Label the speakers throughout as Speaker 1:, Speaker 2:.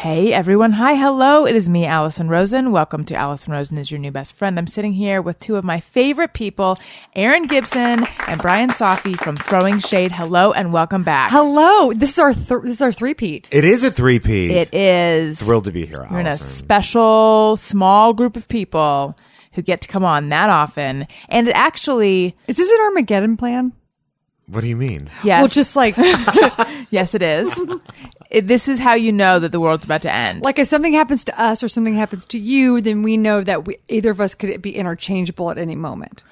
Speaker 1: Hey everyone. Hi, hello. It is me, Allison Rosen. Welcome to Allison Rosen is your new best friend. I'm sitting here with two of my favorite people, Aaron Gibson and Brian Safi from Throwing Shade. Hello and welcome back.
Speaker 2: Hello. This is our th- this is our three peat.
Speaker 3: It is a three-peat.
Speaker 1: It is.
Speaker 3: Thrilled to be here,
Speaker 1: We're in a
Speaker 3: Allison.
Speaker 1: special, small group of people who get to come on that often. And it actually,
Speaker 2: Is this an Armageddon plan?
Speaker 3: what do you mean?
Speaker 1: yes,
Speaker 2: Well, just like
Speaker 1: yes, it is. It- this is how you know that the world's about to end.
Speaker 2: like if something happens to us or something happens to you, then we know that we, either of us could be interchangeable at any moment.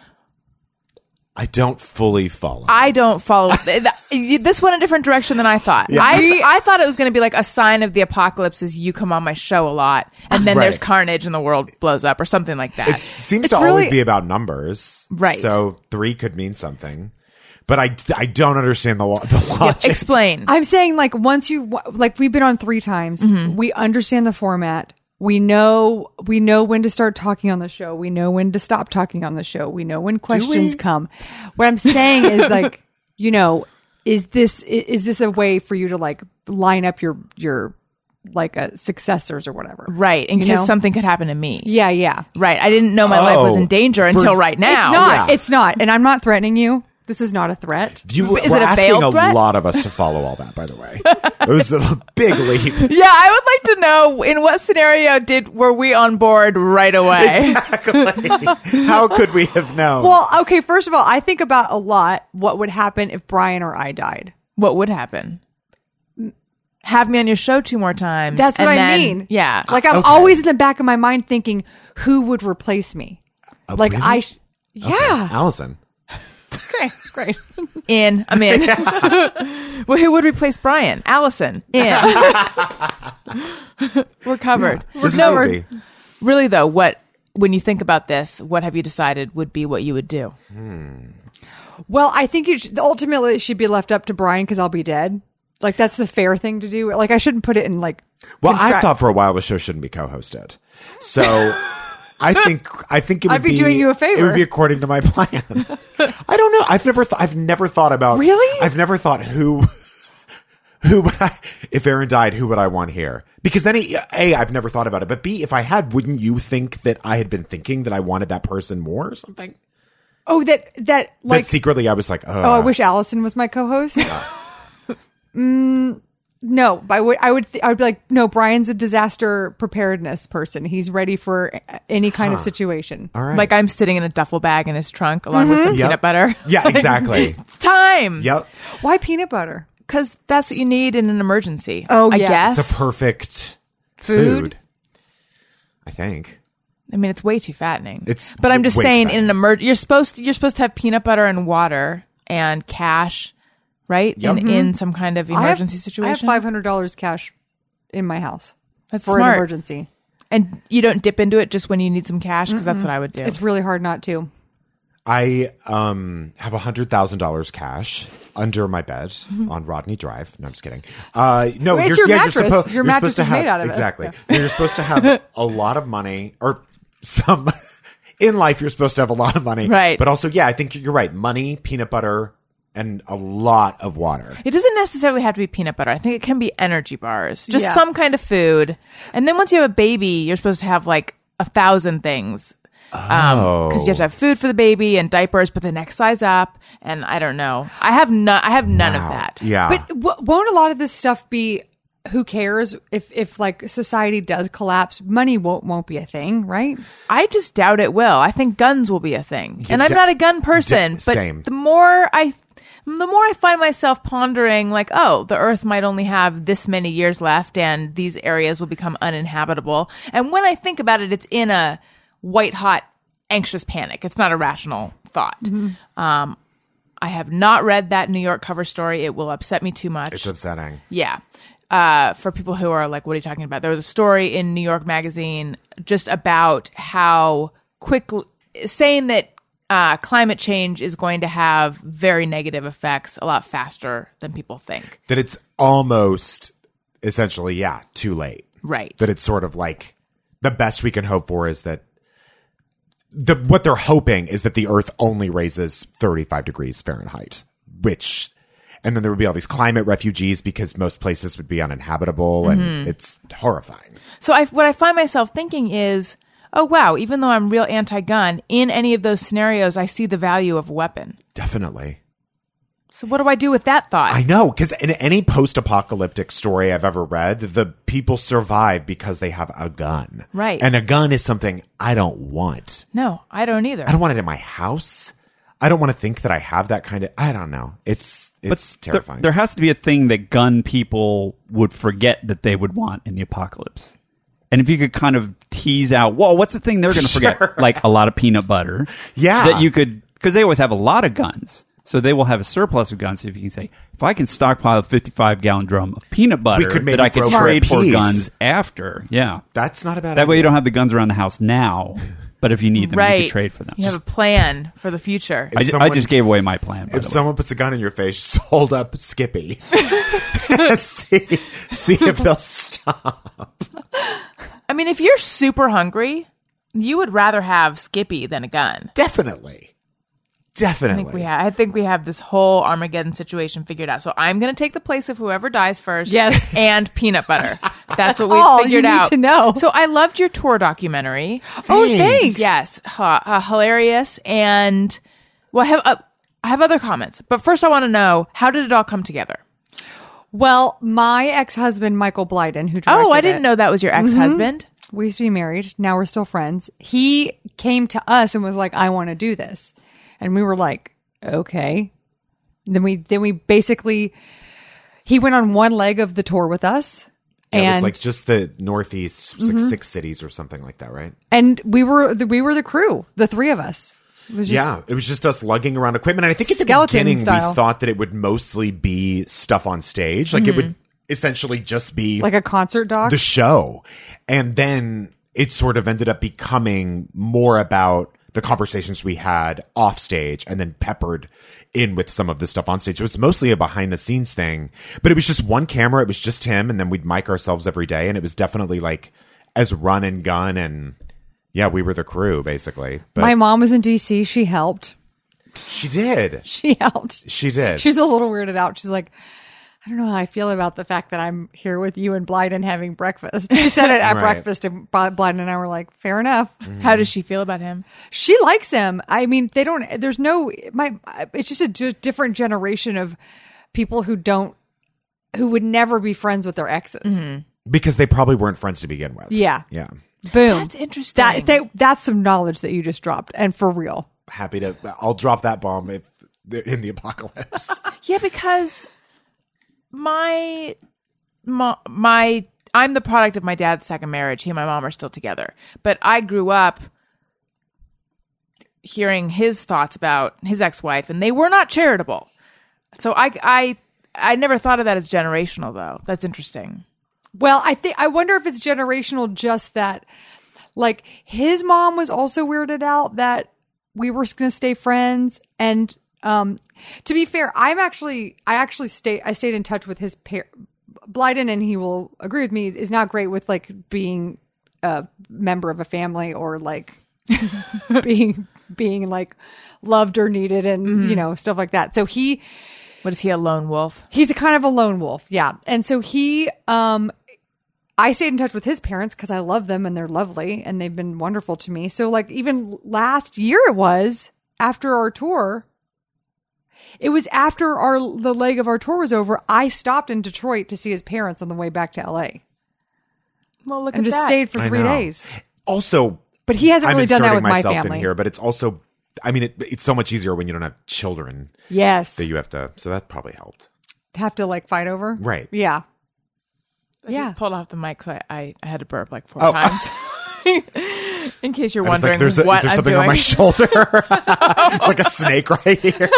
Speaker 3: I don't fully follow.
Speaker 1: I don't follow. th- th- this went a different direction than I thought. I, I thought it was going to be like a sign of the apocalypse is you come on my show a lot, and then
Speaker 3: Right.
Speaker 1: there's carnage and the world blows up or something like that.
Speaker 3: it seems
Speaker 2: It's
Speaker 3: to always
Speaker 2: really-
Speaker 3: be about numbers.
Speaker 1: Right.
Speaker 3: So three could mean something. But I, I don't understand the, lo- the logic.
Speaker 1: Explain.
Speaker 2: I'm saying like once you wa- like we've been on three times,
Speaker 1: Mm-hmm.
Speaker 2: we understand the format. We know we know when to start talking on the show. We know when to stop talking on the show. We know when questions come. What I'm saying is like, you know, is this i- is this a way for you to like line up your your like uh, successors or whatever?
Speaker 1: right, in
Speaker 2: You
Speaker 1: case
Speaker 2: know?
Speaker 1: something could happen to me.
Speaker 2: Yeah, yeah.
Speaker 1: Right. I didn't know my life was
Speaker 3: Oh.
Speaker 1: in danger until right now.
Speaker 2: It's not. It's not. And I'm not threatening you. This is not a threat.
Speaker 3: You
Speaker 1: Is
Speaker 3: we're
Speaker 1: it a
Speaker 3: asking
Speaker 1: bail
Speaker 3: a
Speaker 1: threat?
Speaker 3: lot of us to follow all that, by the way. it was a big leap.
Speaker 1: Yeah, I would like to know in what scenario did were we on board right away?
Speaker 3: How could we have known?
Speaker 2: Well, okay, first of all, I think about a lot what would happen if Brian or I died.
Speaker 1: what would happen? Have me on your show two more times.
Speaker 2: That's what
Speaker 1: and
Speaker 2: I
Speaker 1: then-
Speaker 2: mean.
Speaker 1: Yeah.
Speaker 2: Like I'm always in the back of my mind thinking who would replace me. like
Speaker 3: Oh, really?
Speaker 2: I sh- Yeah.
Speaker 3: Allison.
Speaker 2: Okay, great.
Speaker 1: In. I'm in. well, who would replace Brian? Allison. In. we're covered.
Speaker 3: This is
Speaker 1: No, we're-
Speaker 3: easy.
Speaker 1: Really, though, what, when you think about this, what have you decided would be what you would do?
Speaker 2: Well, I think it should, ultimately it should be left up to Brian cuz I'll be dead. Like that's the fair thing to do. Like I shouldn't put it in like
Speaker 3: Well,
Speaker 2: contract-
Speaker 3: I've thought for a while the show shouldn't be co-hosted. So I think I think it would
Speaker 2: I'd be doing you a favor.
Speaker 3: It would be according to my plan. I don't know. I've never thought. I've never thought about.
Speaker 2: Really?
Speaker 3: I've never thought who. Who would I, if Aaron died? Who would I want here? Because then, he- a, I've never thought about it. But b, if I had, wouldn't you think that I had been thinking that I wanted that person more or something?
Speaker 2: Oh, that that like
Speaker 3: that secretly I was like,
Speaker 2: Oh, I
Speaker 3: oh,
Speaker 2: wish Allison was my co-host. mm, no, I would. I would. Th- I would be like, no. Brian's a disaster preparedness person. He's ready for a- any kind of situation.
Speaker 3: all right. Mm-hmm.
Speaker 1: Like I'm sitting in a duffel bag in his trunk along with some
Speaker 3: Yep.
Speaker 1: peanut butter.
Speaker 3: yeah, exactly.
Speaker 1: It's time.
Speaker 3: yep,
Speaker 2: Why peanut butter?
Speaker 1: Because that's what you need in an emergency.
Speaker 2: Oh,
Speaker 1: I
Speaker 2: yeah.
Speaker 1: guess.
Speaker 3: it's a perfect
Speaker 2: Food?
Speaker 3: food. I think.
Speaker 1: I mean, it's way too fattening.
Speaker 3: It's
Speaker 1: but I'm just
Speaker 3: way too
Speaker 1: saying, in
Speaker 3: fattening.
Speaker 1: an emerg, you're supposed to, you're supposed to have peanut butter and water and cash, right?
Speaker 3: Yep. Mm-hmm.
Speaker 1: In, in some kind of
Speaker 2: I have-
Speaker 1: emergency
Speaker 2: I have
Speaker 1: situation.
Speaker 2: five hundred dollars cash in my house
Speaker 1: That's
Speaker 2: for
Speaker 1: smart.
Speaker 2: an emergency.
Speaker 1: And you don't dip into it just when you need some cash because that's what I would do.
Speaker 2: It's really hard not to.
Speaker 3: I um have a hundred thousand dollars cash under my bed on Rodney Drive. No, I'm just kidding. Uh, no,
Speaker 2: Wait, it's
Speaker 3: you're,
Speaker 2: your
Speaker 3: yeah,
Speaker 2: mattress.
Speaker 3: You're suppo-
Speaker 2: Your
Speaker 3: you're
Speaker 2: mattress
Speaker 3: supposed to
Speaker 2: is
Speaker 3: have,
Speaker 2: made out of it.
Speaker 3: exactly. You're supposed to have a lot of money or some. in life, you're supposed to have a lot of money,
Speaker 1: Right.
Speaker 3: But also, yeah, I think you're right. Money, peanut butter, and a lot of water.
Speaker 1: it doesn't necessarily have to be peanut butter. I think it can be energy bars, just
Speaker 2: Yeah.
Speaker 1: some kind of food. And then once you have a baby, you're supposed to have like a thousand things. Um, because you have
Speaker 3: Oh.
Speaker 1: to have food for the baby and diapers, but the next size up, and I don't know. I have none. I have none of that.
Speaker 3: Oh, Yeah,
Speaker 2: But w- won't a lot of this stuff be? Who cares if if like society does collapse? Money won't won't be a thing, right?
Speaker 1: I just doubt it will. I think guns will be a thing, and I'm
Speaker 3: d-
Speaker 1: not a gun person.
Speaker 3: d-
Speaker 1: but
Speaker 3: same.
Speaker 1: the more I, the more I find myself pondering, like, oh, the Earth might only have this many years left, and these areas will become uninhabitable. And when I think about it, it's in a white hot anxious panic. It's not a rational thought.
Speaker 3: Mm-hmm.
Speaker 1: Um, I have not read that New York cover story. It will upset me too much.
Speaker 3: it's upsetting.
Speaker 1: Yeah. Uh, for people who are like, what are you talking about? There was a story in New York Magazine just about how quickly saying that uh, climate change is going to have very negative effects a lot faster than people think.
Speaker 3: That it's almost essentially, yeah, too late.
Speaker 1: Right.
Speaker 3: that it's sort of like the best we can hope for is that the what they're hoping is that the earth only raises 35 degrees fahrenheit which And then there would be all these climate refugees because most places would be uninhabitable and it's horrifying.
Speaker 1: So I, what I find myself thinking is, oh wow, even though I'm real anti-gun, in any of those scenarios, I see the value of a weapon.
Speaker 3: Definitely.
Speaker 1: So what do I do with that thought?
Speaker 3: I know because in any post-apocalyptic story I've ever read, the people survive because they have a gun.
Speaker 1: Right.
Speaker 3: And a gun is something I don't want.
Speaker 1: no, I don't either.
Speaker 3: I don't want it in my house. I don't want to think that I have that kind of. I don't know. It's it's
Speaker 4: There,
Speaker 3: terrifying.
Speaker 4: there has to be a thing that gun people would forget that they would want in the apocalypse. And if you could kind of tease out, whoa, what's the thing they're going to
Speaker 3: Sure.
Speaker 4: forget? Like a lot of peanut butter.
Speaker 3: Yeah.
Speaker 4: That you could, because they always have a lot of guns. So they will have a surplus of guns. So if you can say, if I can stockpile a 55 gallon drum of peanut butter
Speaker 3: could make
Speaker 4: that I can
Speaker 3: broker a
Speaker 4: trade for
Speaker 3: peace.
Speaker 4: guns after. Yeah.
Speaker 3: That's not a bad.
Speaker 4: That way you
Speaker 3: idea.
Speaker 4: don't have the guns around the house now, but if you need them,
Speaker 1: right.
Speaker 4: you can trade for them.
Speaker 1: You have a plan for the future.
Speaker 4: I, ju- I
Speaker 3: someone-
Speaker 4: just gave away my plan. By
Speaker 3: If
Speaker 4: the way.
Speaker 3: someone puts a gun in your face, just hold up Skippy. and see see if they'll stop.
Speaker 1: I mean, if you're super hungry, you would rather have Skippy than a gun.
Speaker 3: Definitely. Definitely.
Speaker 1: I think we have. I think we have this whole Armageddon situation figured out. So I'm going to take the place of whoever dies first.
Speaker 2: Yes.
Speaker 1: and peanut butter. That's what we
Speaker 2: All you
Speaker 1: figured
Speaker 2: need
Speaker 1: out.
Speaker 2: to know.
Speaker 1: So I loved your tour documentary.
Speaker 2: Oh, thanks.
Speaker 1: Yes, ha- uh, hilarious. And well, I have uh, I have other comments, but first I want to know how did it all come together?
Speaker 2: Well, my ex husband, Michael Blyden, who directed
Speaker 1: Oh, I didn't
Speaker 2: it,
Speaker 1: know that was your ex husband.
Speaker 2: We used to be married. Now we're still friends. He came to us and was like, "I want to do this," and we were like, "Okay." Then we then we basically he went on one leg of the tour with us,
Speaker 3: Yeah, it was
Speaker 2: and Mm-hmm.
Speaker 3: like just the northeast, like six cities or something like that, right?
Speaker 2: and we were the, we were the crew, the three of us. It was just-
Speaker 3: yeah, it was just us lugging around equipment. And I think at the
Speaker 2: Skeleton
Speaker 3: beginning
Speaker 2: style.
Speaker 3: we thought that it would mostly be stuff on stage, like it would
Speaker 2: Mm-hmm.
Speaker 3: essentially just be
Speaker 2: like a concert dog.
Speaker 3: the show, and then it sort of ended up becoming more about the conversations we had off stage and then peppered in with some of the stuff on stage. So it's mostly a behind the scenes thing, but it was just one camera. It was just him. And then we'd mic ourselves every day. And it was definitely like as run and gun. And yeah, we were the crew basically, but
Speaker 2: my mom was in D.C. She helped.
Speaker 3: she did.
Speaker 2: She helped.
Speaker 3: She did.
Speaker 2: She's a little weirded out. She's like, I don't know how I feel about the fact that I'm here with you and Blyden having breakfast. She said it at
Speaker 3: Right. Mm-hmm.
Speaker 2: breakfast, and Bly- Blyden and I were like, fair enough.
Speaker 1: How does she feel about him?
Speaker 2: She likes him. I mean, they don't, there's no, my, it's just a d- different generation of people who don't, who would never be friends with their exes.
Speaker 3: because they probably weren't friends to begin with.
Speaker 2: Yeah.
Speaker 3: Yeah.
Speaker 2: Boom.
Speaker 1: That's interesting.
Speaker 2: That, they, that's some knowledge that you just dropped and for real.
Speaker 3: Happy to, I'll drop that bomb if in the apocalypse.
Speaker 1: Yeah, because my, my my I'm the product of my dad's second marriage. He and my mom are still together. But I grew up hearing his thoughts about his ex-wife and they were not charitable. So I I I never thought of that as generational though. That's interesting.
Speaker 2: Well, I think I wonder if it's generational just that like his mom was also weirded out that we were going to stay friends and um to be fair, I'm actually I actually stay I stayed in touch with his par- Blyden and he will agree with me is not great with like being a member of a family or like being being like loved or needed and you know stuff like that. So he
Speaker 1: What is he a lone wolf?
Speaker 2: He's a kind of a lone wolf, yeah. And so he, um, I stayed in touch with his parents because I love them and they're lovely and they've been wonderful to me. So like even last year it was after our tour, it was after our the leg of our tour was over. I stopped in Detroit to see his parents on the way back to L.A.
Speaker 1: Well, look
Speaker 2: and
Speaker 1: at
Speaker 2: just
Speaker 1: that.
Speaker 2: stayed for
Speaker 3: I
Speaker 2: three
Speaker 3: know.
Speaker 2: days.
Speaker 3: Also,
Speaker 2: But he hasn't
Speaker 3: I'm
Speaker 2: really done that
Speaker 3: inserting
Speaker 2: with my
Speaker 3: myself
Speaker 2: family.
Speaker 3: in here, but it's also, I mean, it, it's so much easier when you don't have children
Speaker 2: Yes,
Speaker 3: that you have to. So that probably helped.
Speaker 2: have to like fight over.
Speaker 3: Right.
Speaker 2: Yeah.
Speaker 1: I just
Speaker 2: Yeah.
Speaker 1: pulled off the mic, so I, I, I had to burp like four
Speaker 3: Oh.
Speaker 1: times. In case you're
Speaker 3: I was
Speaker 1: wondering
Speaker 3: like, there's a,
Speaker 1: what
Speaker 3: is there
Speaker 1: I'm
Speaker 3: something
Speaker 1: doing.
Speaker 3: on my shoulder? it's like a snake right here.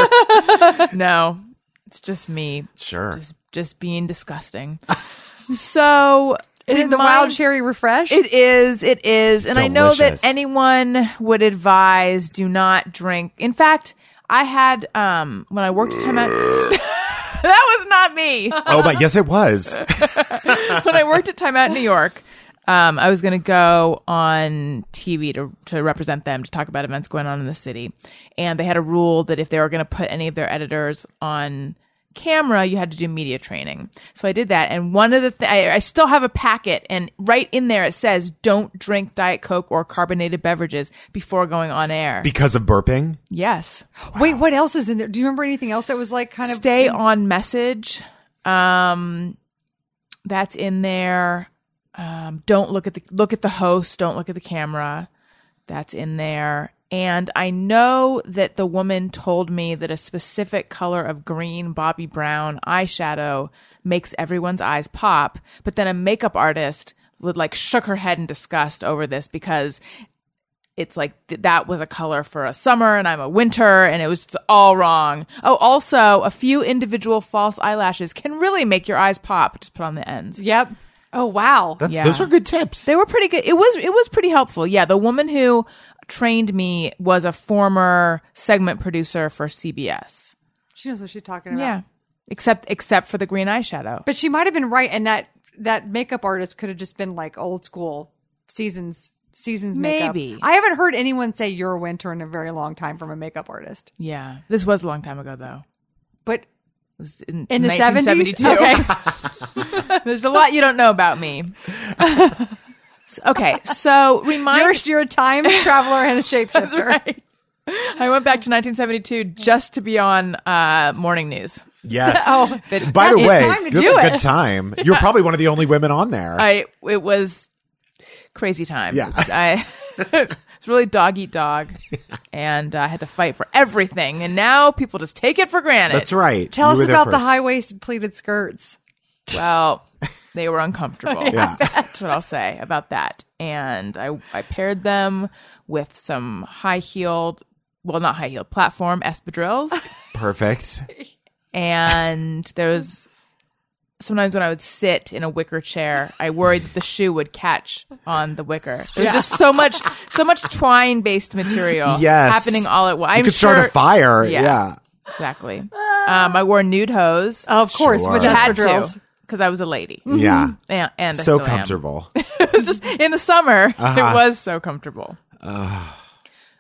Speaker 1: no, it's just me.
Speaker 3: Sure.
Speaker 1: just just being disgusting. so
Speaker 2: Is it the
Speaker 1: my-
Speaker 2: wild cherry refresh?
Speaker 1: It is. It is. And I know that
Speaker 3: Delicious.
Speaker 1: anyone would advise do not drink. In fact, I had um when I worked at Time Out. that was not me.
Speaker 3: oh, but yes, it was.
Speaker 1: when I worked at Time Out in New York, um, I was going to go on TV to to represent them to talk about events going on in the city, and they had a rule that if they were going to put any of their editors on camera, you had to do media training. So I did that. And one of the, th- I, I still have a packet and right in there it says, don't drink Diet Coke or carbonated beverages before going on air.
Speaker 3: because of burping.
Speaker 1: yes.
Speaker 2: Wait, what else is in there? Do you remember anything else that was like kind of
Speaker 1: Stay on message. Um, that's in there. Um, don't look at the look at the host. Don't look at the camera. That's in there. And I know that the woman told me that a specific color of green Bobby Brown eyeshadow makes everyone's eyes pop. But then a makeup artist would like shook her head in disgust over this because it's like th- that was a color for a summer and I'm a winter and it was just all wrong. Oh, also, a few individual false eyelashes can really make your eyes pop. Just put on the ends.
Speaker 2: Yep. Oh wow.
Speaker 3: That's
Speaker 1: Yeah.
Speaker 3: those are good tips.
Speaker 1: They were pretty good. It was it was pretty helpful. Yeah, the woman who trained me was a former segment producer for CBS.
Speaker 2: she knows what she's talking about.
Speaker 1: Yeah. Except except for the green eyeshadow.
Speaker 2: But she might have been right and that that makeup artist could have just been like old school seasons seasons makeup.
Speaker 1: Maybe.
Speaker 2: I haven't heard anyone say you're a winter in a very long time from a makeup artist.
Speaker 1: Yeah. This was a long time ago though.
Speaker 2: But
Speaker 1: It was in,
Speaker 2: in the
Speaker 1: 1972.
Speaker 2: 70s? Okay.
Speaker 1: There's a lot you don't know about me. So- okay, so remind
Speaker 2: You're, you're a time traveler and a shapeshifter.
Speaker 1: right. I went back to 1972 just to be on uh, morning news.
Speaker 3: yes.
Speaker 1: But
Speaker 3: By the
Speaker 2: It's
Speaker 3: way,
Speaker 2: Oh, time to
Speaker 3: that's
Speaker 2: do
Speaker 3: a
Speaker 2: it.
Speaker 3: good time. You're probably one of the only women on there.
Speaker 1: I it was crazy time.
Speaker 3: Yeah.
Speaker 1: I it's really dog eat dog, and I had to fight for everything. And now people just take it for granted.
Speaker 3: That's right.
Speaker 2: Tell
Speaker 3: You
Speaker 2: us
Speaker 3: were there
Speaker 2: about the
Speaker 3: first.
Speaker 2: high waisted pleated skirts.
Speaker 1: Well, they were uncomfortable.
Speaker 3: Yeah.
Speaker 1: That's what I'll say about that. And I, I paired them with some high heeled, well, not high heeled, platform espadrilles.
Speaker 3: Perfect.
Speaker 1: And there was sometimes when I would sit in a wicker chair, I worried that the shoe would catch on the wicker. There's just so much, so much twine based material
Speaker 3: Yes.
Speaker 1: happening all at once.
Speaker 3: You
Speaker 1: I'm
Speaker 3: could
Speaker 1: sure,
Speaker 3: start a fire.
Speaker 1: Yeah.
Speaker 3: Yeah.
Speaker 1: Exactly. Um, I wore nude hose.
Speaker 3: Oh,
Speaker 2: Of course, with
Speaker 3: Sure.
Speaker 1: I had
Speaker 2: espadrilles.
Speaker 1: to because I was a lady. Mm-hmm.
Speaker 3: Yeah.
Speaker 1: And, and I
Speaker 3: So
Speaker 1: still am.
Speaker 3: comfortable. Uh-huh.
Speaker 1: It's just in the summer it was so comfortable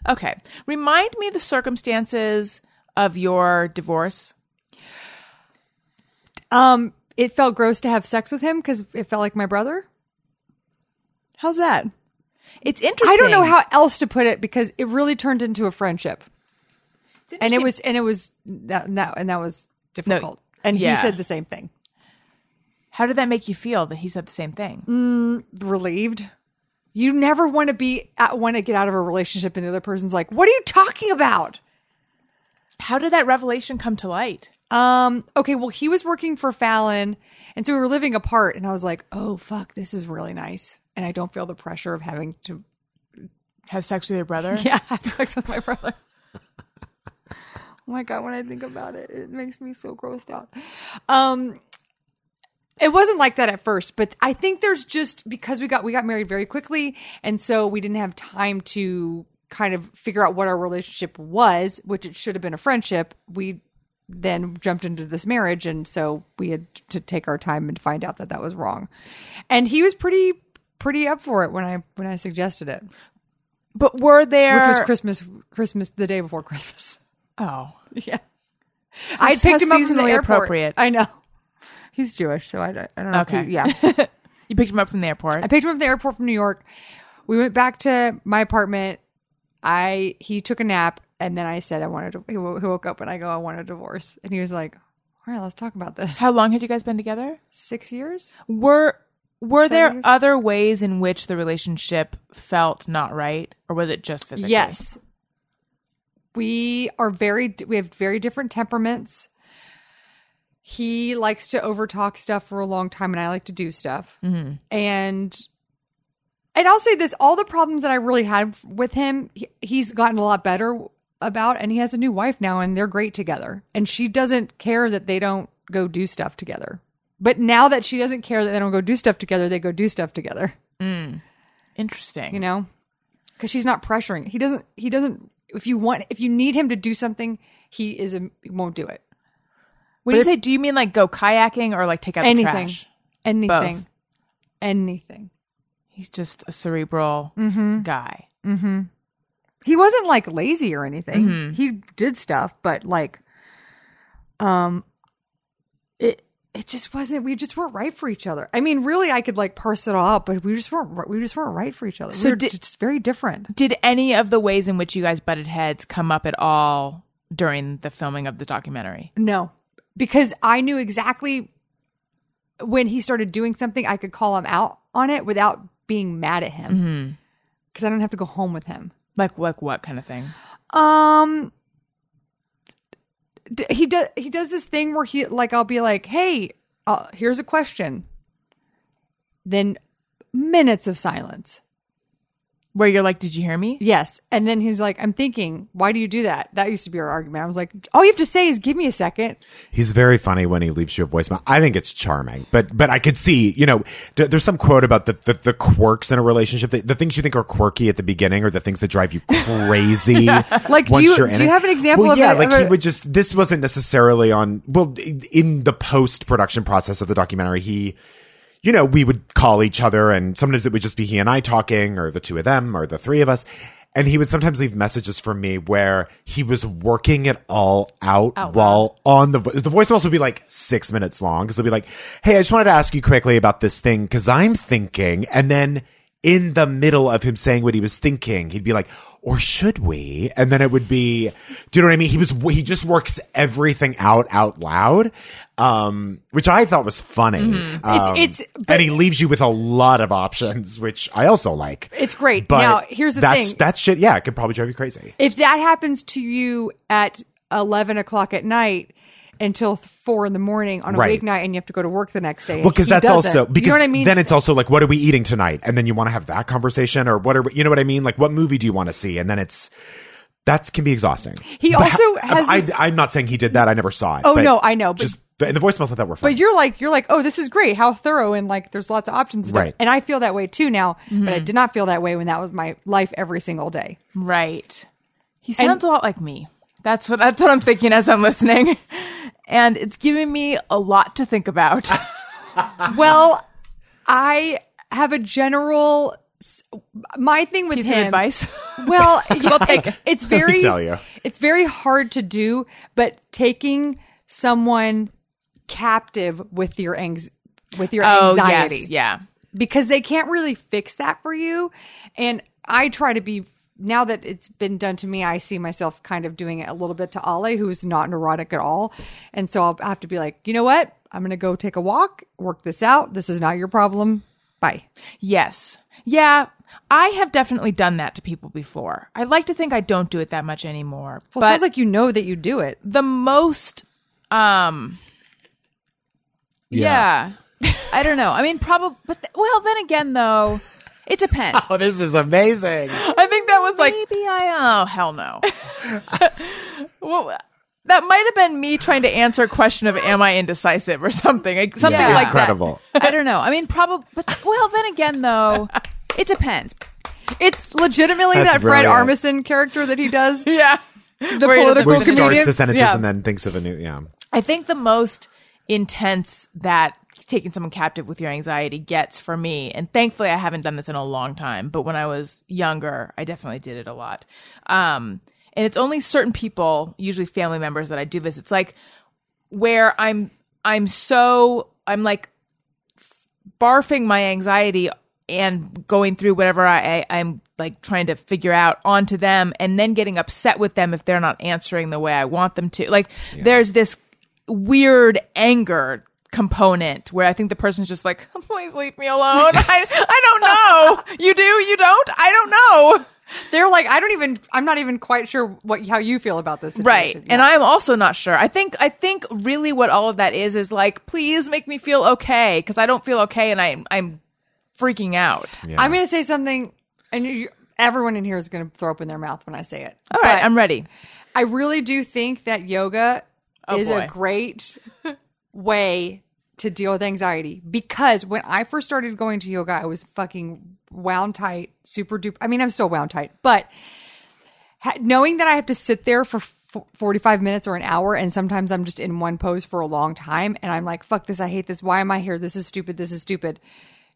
Speaker 1: okay remind me the circumstances of your divorce
Speaker 2: Um, it felt gross to have sex with him because it felt like my brother. How's that?
Speaker 1: it's interesting
Speaker 2: I don't know how else to put it because it really turned into a friendship,
Speaker 1: It's
Speaker 2: and it
Speaker 1: interesting.
Speaker 2: was and it was that, and that and that was difficult. and he
Speaker 1: yeah.
Speaker 2: said the same thing.
Speaker 1: how did that make you feel that he said the same thing
Speaker 2: Relieved. You never want to be at, want to get out of a relationship, and the other person's like, "What are you talking about?"
Speaker 1: how did that revelation come to light
Speaker 2: Um, okay, well, he was working for Fallon, and so we were living apart, and I was like, oh, fuck, this is really nice. And I don't feel the pressure of having to,
Speaker 1: have sex with your brother
Speaker 2: yeah, have sex with my brother. oh my God, when I think about it, it makes me so grossed out. Um, it wasn't like that at first, but I think there's just because we got we got married very quickly, and so we didn't have time to kind of figure out what our relationship was, which it should have been a friendship. We then jumped into this marriage, and so we had to take our time and find out that that was wrong. And he was pretty pretty up for it when I when I suggested it, which
Speaker 1: but were there
Speaker 2: was Christmas Christmas the day before Christmas.
Speaker 1: oh
Speaker 2: Yeah. I
Speaker 1: That's how
Speaker 2: picked him up from the
Speaker 1: seasonally
Speaker 2: airport.
Speaker 1: appropriate.
Speaker 2: I know. He's Jewish, so I don't, I don't know. if he-
Speaker 1: Okay.
Speaker 2: yeah.
Speaker 1: you picked him up from the airport
Speaker 2: I picked him up at the airport from New York. We went back to my apartment. I he took a nap, and then I said I wanted to. He wo- he woke up, and I go, I want a divorce, and he was like, All right, let's talk about this.
Speaker 1: how long had you guys been together
Speaker 2: Six years?
Speaker 1: were were
Speaker 2: Seven
Speaker 1: there
Speaker 2: years.
Speaker 1: other ways in which the relationship felt not right or was it just physically
Speaker 2: Yes. We are very we have very different temperaments. He likes to overtalk stuff for a long time and I like to do stuff. And and I'll say this all the problems that I really had with him he, he's gotten a lot better about and he has a new wife now and they're great together. And she doesn't care that they don't go do stuff together. But now that she doesn't care that they don't go do stuff together, they go do stuff together
Speaker 1: interesting
Speaker 2: you know because she's not pressuring he doesn't he doesn't if you want if you need him to do something he is a, he won't do it
Speaker 1: When you say, do you mean like go kayaking or like take out
Speaker 2: anything
Speaker 1: the trash?
Speaker 2: anything
Speaker 1: Both.
Speaker 2: anything
Speaker 1: He's just a cerebral guy.
Speaker 2: he wasn't like
Speaker 1: Mm-hmm.
Speaker 2: lazy or anything he did stuff but like um it it just wasn't we just weren't right for each other. I mean, really I could like parse it all out, but we just weren't we just weren't right for each other.
Speaker 1: So
Speaker 2: we were
Speaker 1: did-
Speaker 2: just very different.
Speaker 1: Did any of the ways in which you guys butted heads come up at all during the filming of the documentary?
Speaker 2: No. Because I knew exactly when he started doing something I could call him out on it without being mad at him. Cuz I don't have to go home with him.
Speaker 1: Like, like what kind of thing?
Speaker 2: Um, d- he does he does this thing where he like I'll be like, "Hey, uh, here's a question." Then minutes of silence.
Speaker 1: Where you're like, did you hear me?
Speaker 2: Yes, and then he's like, "I'm thinking, why do you do that?" That used to be our argument. I was like, "All you have to say is give me a second.
Speaker 3: He's very funny when he leaves you a voicemail. I think it's charming, but but I could see, you know, th- there's some quote about the, the the quirks in a relationship. The, the things you think are quirky at the beginning are the things that drive you crazy.
Speaker 2: Like, do
Speaker 3: once
Speaker 2: you-
Speaker 3: you're in
Speaker 2: do you
Speaker 3: it.
Speaker 2: have an example
Speaker 3: Well,
Speaker 2: of a-
Speaker 3: yeah, like
Speaker 2: of a-
Speaker 3: he would just. This wasn't necessarily on. Well, i- in the post production process of the documentary, he. You know, we would call each other, and sometimes it would just be he and I talking, or the two of them, or the three of us. And he would sometimes leave messages for me where he was working it all out while on the vo- the voicemails would be like six minutes long because they'll be like, "Hey, I just wanted to ask you quickly about this thing because I'm thinking," and then in the middle of him saying what he was thinking, he'd be like, "Or should we?" And then it would be, do you know what I mean? He was he just works everything out out loud, um, which I thought was funny. Um,
Speaker 2: it's-
Speaker 3: and he leaves you with a lot of options, which I also like.
Speaker 2: It's great.
Speaker 3: But
Speaker 2: now, here's the
Speaker 3: that's,
Speaker 2: thing:
Speaker 3: That shit, yeah, it could probably drive you crazy.
Speaker 2: if that happens to you at eleven o'clock at night." Until th- four in the morning on a
Speaker 3: Right.
Speaker 2: weeknight, and you have to go to work the next day. and
Speaker 3: Well, because
Speaker 2: he
Speaker 3: that's
Speaker 2: doesn't.
Speaker 3: also because
Speaker 2: you know what I mean.
Speaker 3: Then it's also like, what are we eating tonight? And then you want to have that conversation, or what are we, you know what I mean? Like, what movie do you want to see? And then it's that's can be exhausting.
Speaker 2: He
Speaker 3: But
Speaker 2: also
Speaker 3: ha-
Speaker 2: has
Speaker 3: I,
Speaker 2: this-
Speaker 3: I, am not saying he did that. I never saw it.
Speaker 2: Oh,
Speaker 3: but
Speaker 2: no, I know, but-
Speaker 3: just the, and the voicemails I thought were fun.
Speaker 2: but you're like you're like oh this is great how thorough and like there's lots of options and stuff.
Speaker 3: Right.
Speaker 2: and i feel that way too now but i
Speaker 1: Mm-hmm.
Speaker 2: did not feel that way when that was my life every single day
Speaker 1: Right. He sounds a lot like me. That's what that's what I'm thinking as I'm listening. And it's giving me a lot to think about.
Speaker 2: well i have a general s- my thing with
Speaker 1: Piece of
Speaker 2: him
Speaker 1: advice.
Speaker 2: well it's, it's very
Speaker 3: tell you.
Speaker 2: it's very hard to do but taking someone captive with your anx with your anxiety
Speaker 1: Oh, Yeah.
Speaker 2: because they can't really fix that for you. And I try to be now that it's been done to me, I see myself kind of doing it a little bit to Ale, who's not neurotic at all. And so I'll have to be like, you know what? I'm going to go take a walk, work this out. This is not your problem. Bye.
Speaker 1: Yes. Yeah. I have definitely done that to people before. I like to think I don't do it that much anymore.
Speaker 2: Well,
Speaker 1: but
Speaker 2: it sounds like you know that you do it.
Speaker 1: the most um Yeah. I don't know. I mean probably but th- well then again though, it depends.
Speaker 3: oh, this is amazing.
Speaker 1: I think that was like maybe I oh hell no. well, that might have been me trying to answer a question of am I indecisive or something like, something
Speaker 2: Yeah.
Speaker 1: like
Speaker 3: Incredible.
Speaker 1: that. I don't know. I mean, probably. But, well, then again, though, it depends.
Speaker 2: It's legitimately
Speaker 3: That's
Speaker 2: that Fred
Speaker 3: brilliant.
Speaker 2: Armisen character that he does.
Speaker 1: Yeah, the
Speaker 2: political
Speaker 3: Where he starts
Speaker 2: comedian?
Speaker 3: the sentences
Speaker 2: Yeah.
Speaker 3: and then thinks of a new. Yeah,
Speaker 1: I think the most intense that taking someone captive with your anxiety gets for me, and thankfully I haven't done this in a long time, but when I was younger, I definitely did it a lot. Um, and it's only certain people, usually family members, that I do this. It's like where I'm, I'm so, I'm like barfing my anxiety and going through whatever I, I I'm like trying to figure out onto them and then getting upset with them if they're not answering the way I want them to. Like there's this weird anger component where I think the person's just like, please leave me alone. I, I don't know. You do? You don't? I don't know.
Speaker 2: They're like, I don't even, I'm not even quite sure what, how you feel about this.
Speaker 1: Right.
Speaker 2: Situation.
Speaker 1: And
Speaker 2: Yeah.
Speaker 1: I'm also not sure. I think I think really what all of that is is like, please make me feel okay cuz I don't feel okay and I I'm freaking out.
Speaker 2: I'm going to say something and you, everyone in here is going to throw up in their mouth when I say it.
Speaker 1: All right,
Speaker 2: But-
Speaker 1: I'm ready.
Speaker 2: I really do think that yoga is
Speaker 1: boy.
Speaker 2: a great way to deal with anxiety because when I first started going to yoga, I was fucking wound tight, super duper. I mean, I'm still wound tight, but ha- knowing that I have to sit there for f- 45 minutes or an hour, and sometimes I'm just in one pose for a long time, and I'm like, fuck this, I hate this. Why am I here? This is stupid. This is stupid.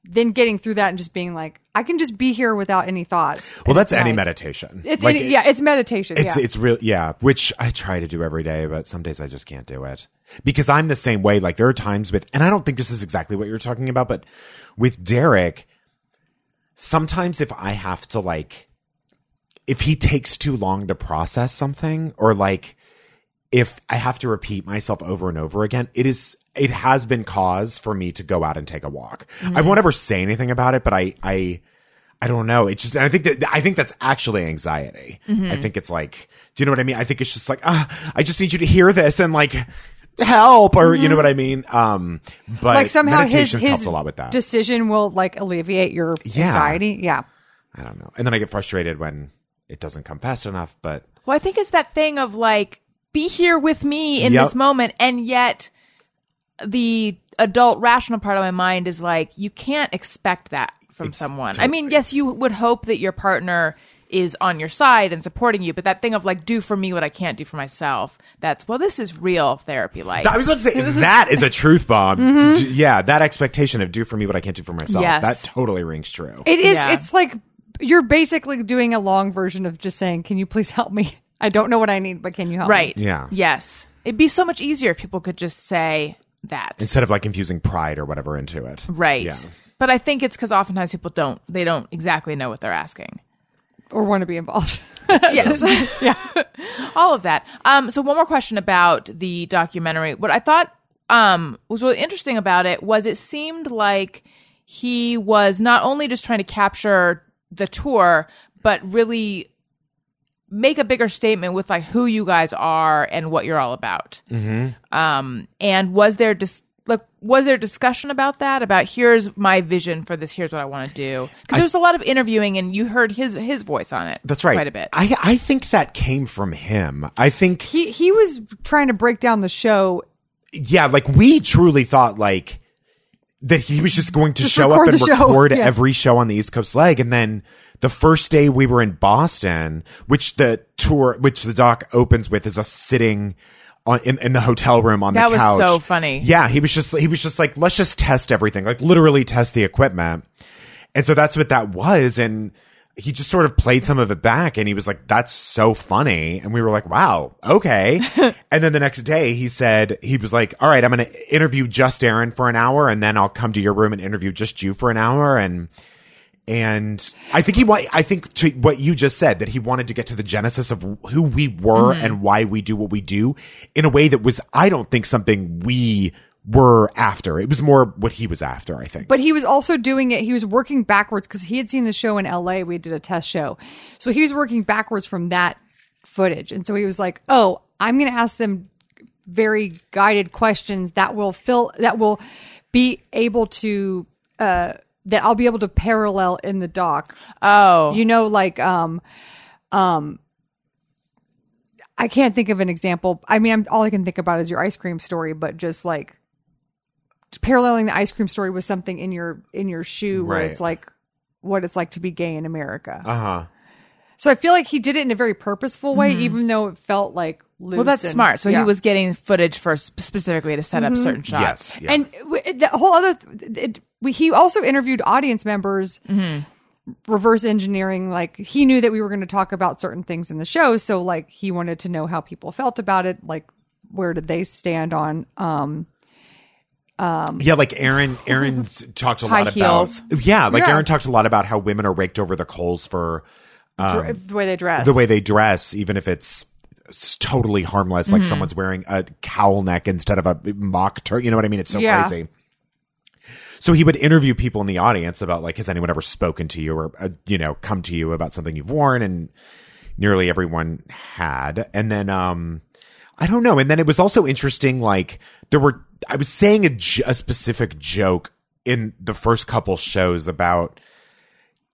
Speaker 2: than getting through that and just being like, I can just be here without any thoughts.
Speaker 3: Well,
Speaker 2: And
Speaker 3: that's
Speaker 2: it's
Speaker 3: any
Speaker 2: nice.
Speaker 3: meditation.
Speaker 2: It's
Speaker 3: Like,
Speaker 2: any, yeah, it's meditation.
Speaker 3: It's
Speaker 2: yeah.
Speaker 3: it's real yeah, which I try to do every day, but some days I just can't do it. Because I'm the same way. Like there are times with and I don't think this is exactly what you're talking about, but with Derek, sometimes if I have to like if he takes too long to process something or like if I have to repeat myself over and over again, it is it has been cause for me to go out and take a walk. I
Speaker 2: Mm-hmm.
Speaker 3: won't ever say anything about it, but I I I don't know. It's just I think that I think that's actually anxiety.
Speaker 2: Mm-hmm.
Speaker 3: I think it's like, do you know what I mean? I think it's just like, ah, I just need you to hear this and like help or you know what I mean? Um but
Speaker 2: Mm-hmm. like somehow his,
Speaker 3: meditation's
Speaker 2: his
Speaker 3: helped a lot with that.
Speaker 2: decision will like alleviate your
Speaker 3: Yeah.
Speaker 2: anxiety. Yeah.
Speaker 3: I don't know. And then I get frustrated when it doesn't come fast enough, but
Speaker 1: Well, I think it's that thing of like, be here with me in
Speaker 3: Yep.
Speaker 1: this moment. And yet, the adult rational part of my mind is like, you can't expect that from someone. I mean, yes, you would hope that your partner is on your side and supporting you, but that thing of like, do for me what I can't do for myself, that's, well, this is real therapy like.
Speaker 3: I was about to say that is a truth bomb. D- yeah, that expectation of do for me what I can't do for myself.
Speaker 1: Mm-hmm. Yes.
Speaker 3: That totally rings true.
Speaker 2: It is.
Speaker 1: Yeah.
Speaker 2: It's like you're basically doing a long version of just saying, "Can you please help me? I don't know what I need, but can you help?" me?"
Speaker 1: right.
Speaker 3: Yeah.
Speaker 1: Yes. It'd be so much easier if people could just say that.
Speaker 3: Instead of like infusing pride or whatever into it.
Speaker 1: right.
Speaker 3: Yeah.
Speaker 1: But I think it's because oftentimes people don't, they don't exactly know what they're asking.
Speaker 2: Or want to be involved.
Speaker 1: yes. yeah. All of that. Um, so one more question about the documentary. What I thought um was really interesting about it was it seemed like he was not only just trying to capture the tour, but really make a bigger statement with like who you guys are and what you're all about.
Speaker 3: Mm-hmm.
Speaker 1: Um, and was there dis- like was there discussion about that? About here's my vision for this. Here's what I want to do. Because there was a lot of interviewing, and you heard his his voice on it.
Speaker 3: That's right.
Speaker 1: quite a bit.
Speaker 3: I, I think that came from him. I think
Speaker 2: he he was trying to break down the show.
Speaker 3: yeah, like we truly thought like that he was just going to show up
Speaker 2: record
Speaker 3: and
Speaker 2: the show.
Speaker 3: record
Speaker 2: Yeah.
Speaker 3: every show on the East Coast leg. And then the first day we were in Boston, which the tour, which the doc opens with, is us sitting on, in, in the hotel room on
Speaker 1: That
Speaker 3: the
Speaker 1: was
Speaker 3: couch.
Speaker 1: so funny.
Speaker 3: Yeah, he was just he was just like, let's just test everything, like literally test the equipment. And so that's what that was. And he just sort of played some of it back and he was like, that's so funny. And we were like, wow, okay. and then the next day he said, he was like, all right, I'm going to interview just Aaron for an hour and then I'll come to your room and interview just you for an hour. And, and I think he, wa- I think to what you just said, that he wanted to get to the genesis of who we were
Speaker 2: Mm-hmm.
Speaker 3: and why we do what we do in a way that was, I don't think something we were after. It was more what he was after, I think.
Speaker 2: But he was also doing it. He was working backwards because he had seen the show in L.A. We did a test show, so he was working backwards from that footage. And so he was like, "Oh, I'm going to ask them very guided questions that will fill that will be able to uh, that I'll be able to parallel in the doc."
Speaker 1: Oh,
Speaker 2: you know like um um i can't think of an example i mean I'm, all i can think about is your ice cream story but just like paralleling the ice cream story with something in your in your shoe where
Speaker 3: Right.
Speaker 2: it's like what it's like to be gay in america
Speaker 3: Uh huh.
Speaker 2: so i feel like he did it in a very purposeful way even though it felt like loose
Speaker 1: well, that's
Speaker 2: and-
Speaker 1: smart. So
Speaker 2: yeah.
Speaker 1: he was getting footage for sp- specifically to set up certain shots.
Speaker 3: Yes. yeah.
Speaker 2: And w- it- the whole other, th- it, we, he also interviewed audience members,
Speaker 3: Mm-hmm.
Speaker 2: reverse engineering. Like he knew that we were going to talk about certain things in the show, so like he wanted to know how people felt about it. Like where did they stand on? Um,
Speaker 3: Yeah, like Aaron. Aaron talked a lot
Speaker 1: High heels.
Speaker 3: about. Yeah, like
Speaker 2: Yeah.
Speaker 3: Aaron talked a lot about how women are raked over the coals for
Speaker 2: dr- the way they dress,
Speaker 3: the way they dress, even if it's, it's totally harmless.
Speaker 2: Mm-hmm.
Speaker 3: Like someone's wearing a cowl neck instead of a mock turban. You know what I mean? It's so
Speaker 2: Yeah.
Speaker 3: crazy. So he would interview people in the audience about like, has anyone ever spoken to you or uh, you know come to you about something you've worn? And nearly everyone had. And then um, I don't know. And then it was also interesting. Like there were, I was saying a, j- a specific joke in the first couple shows about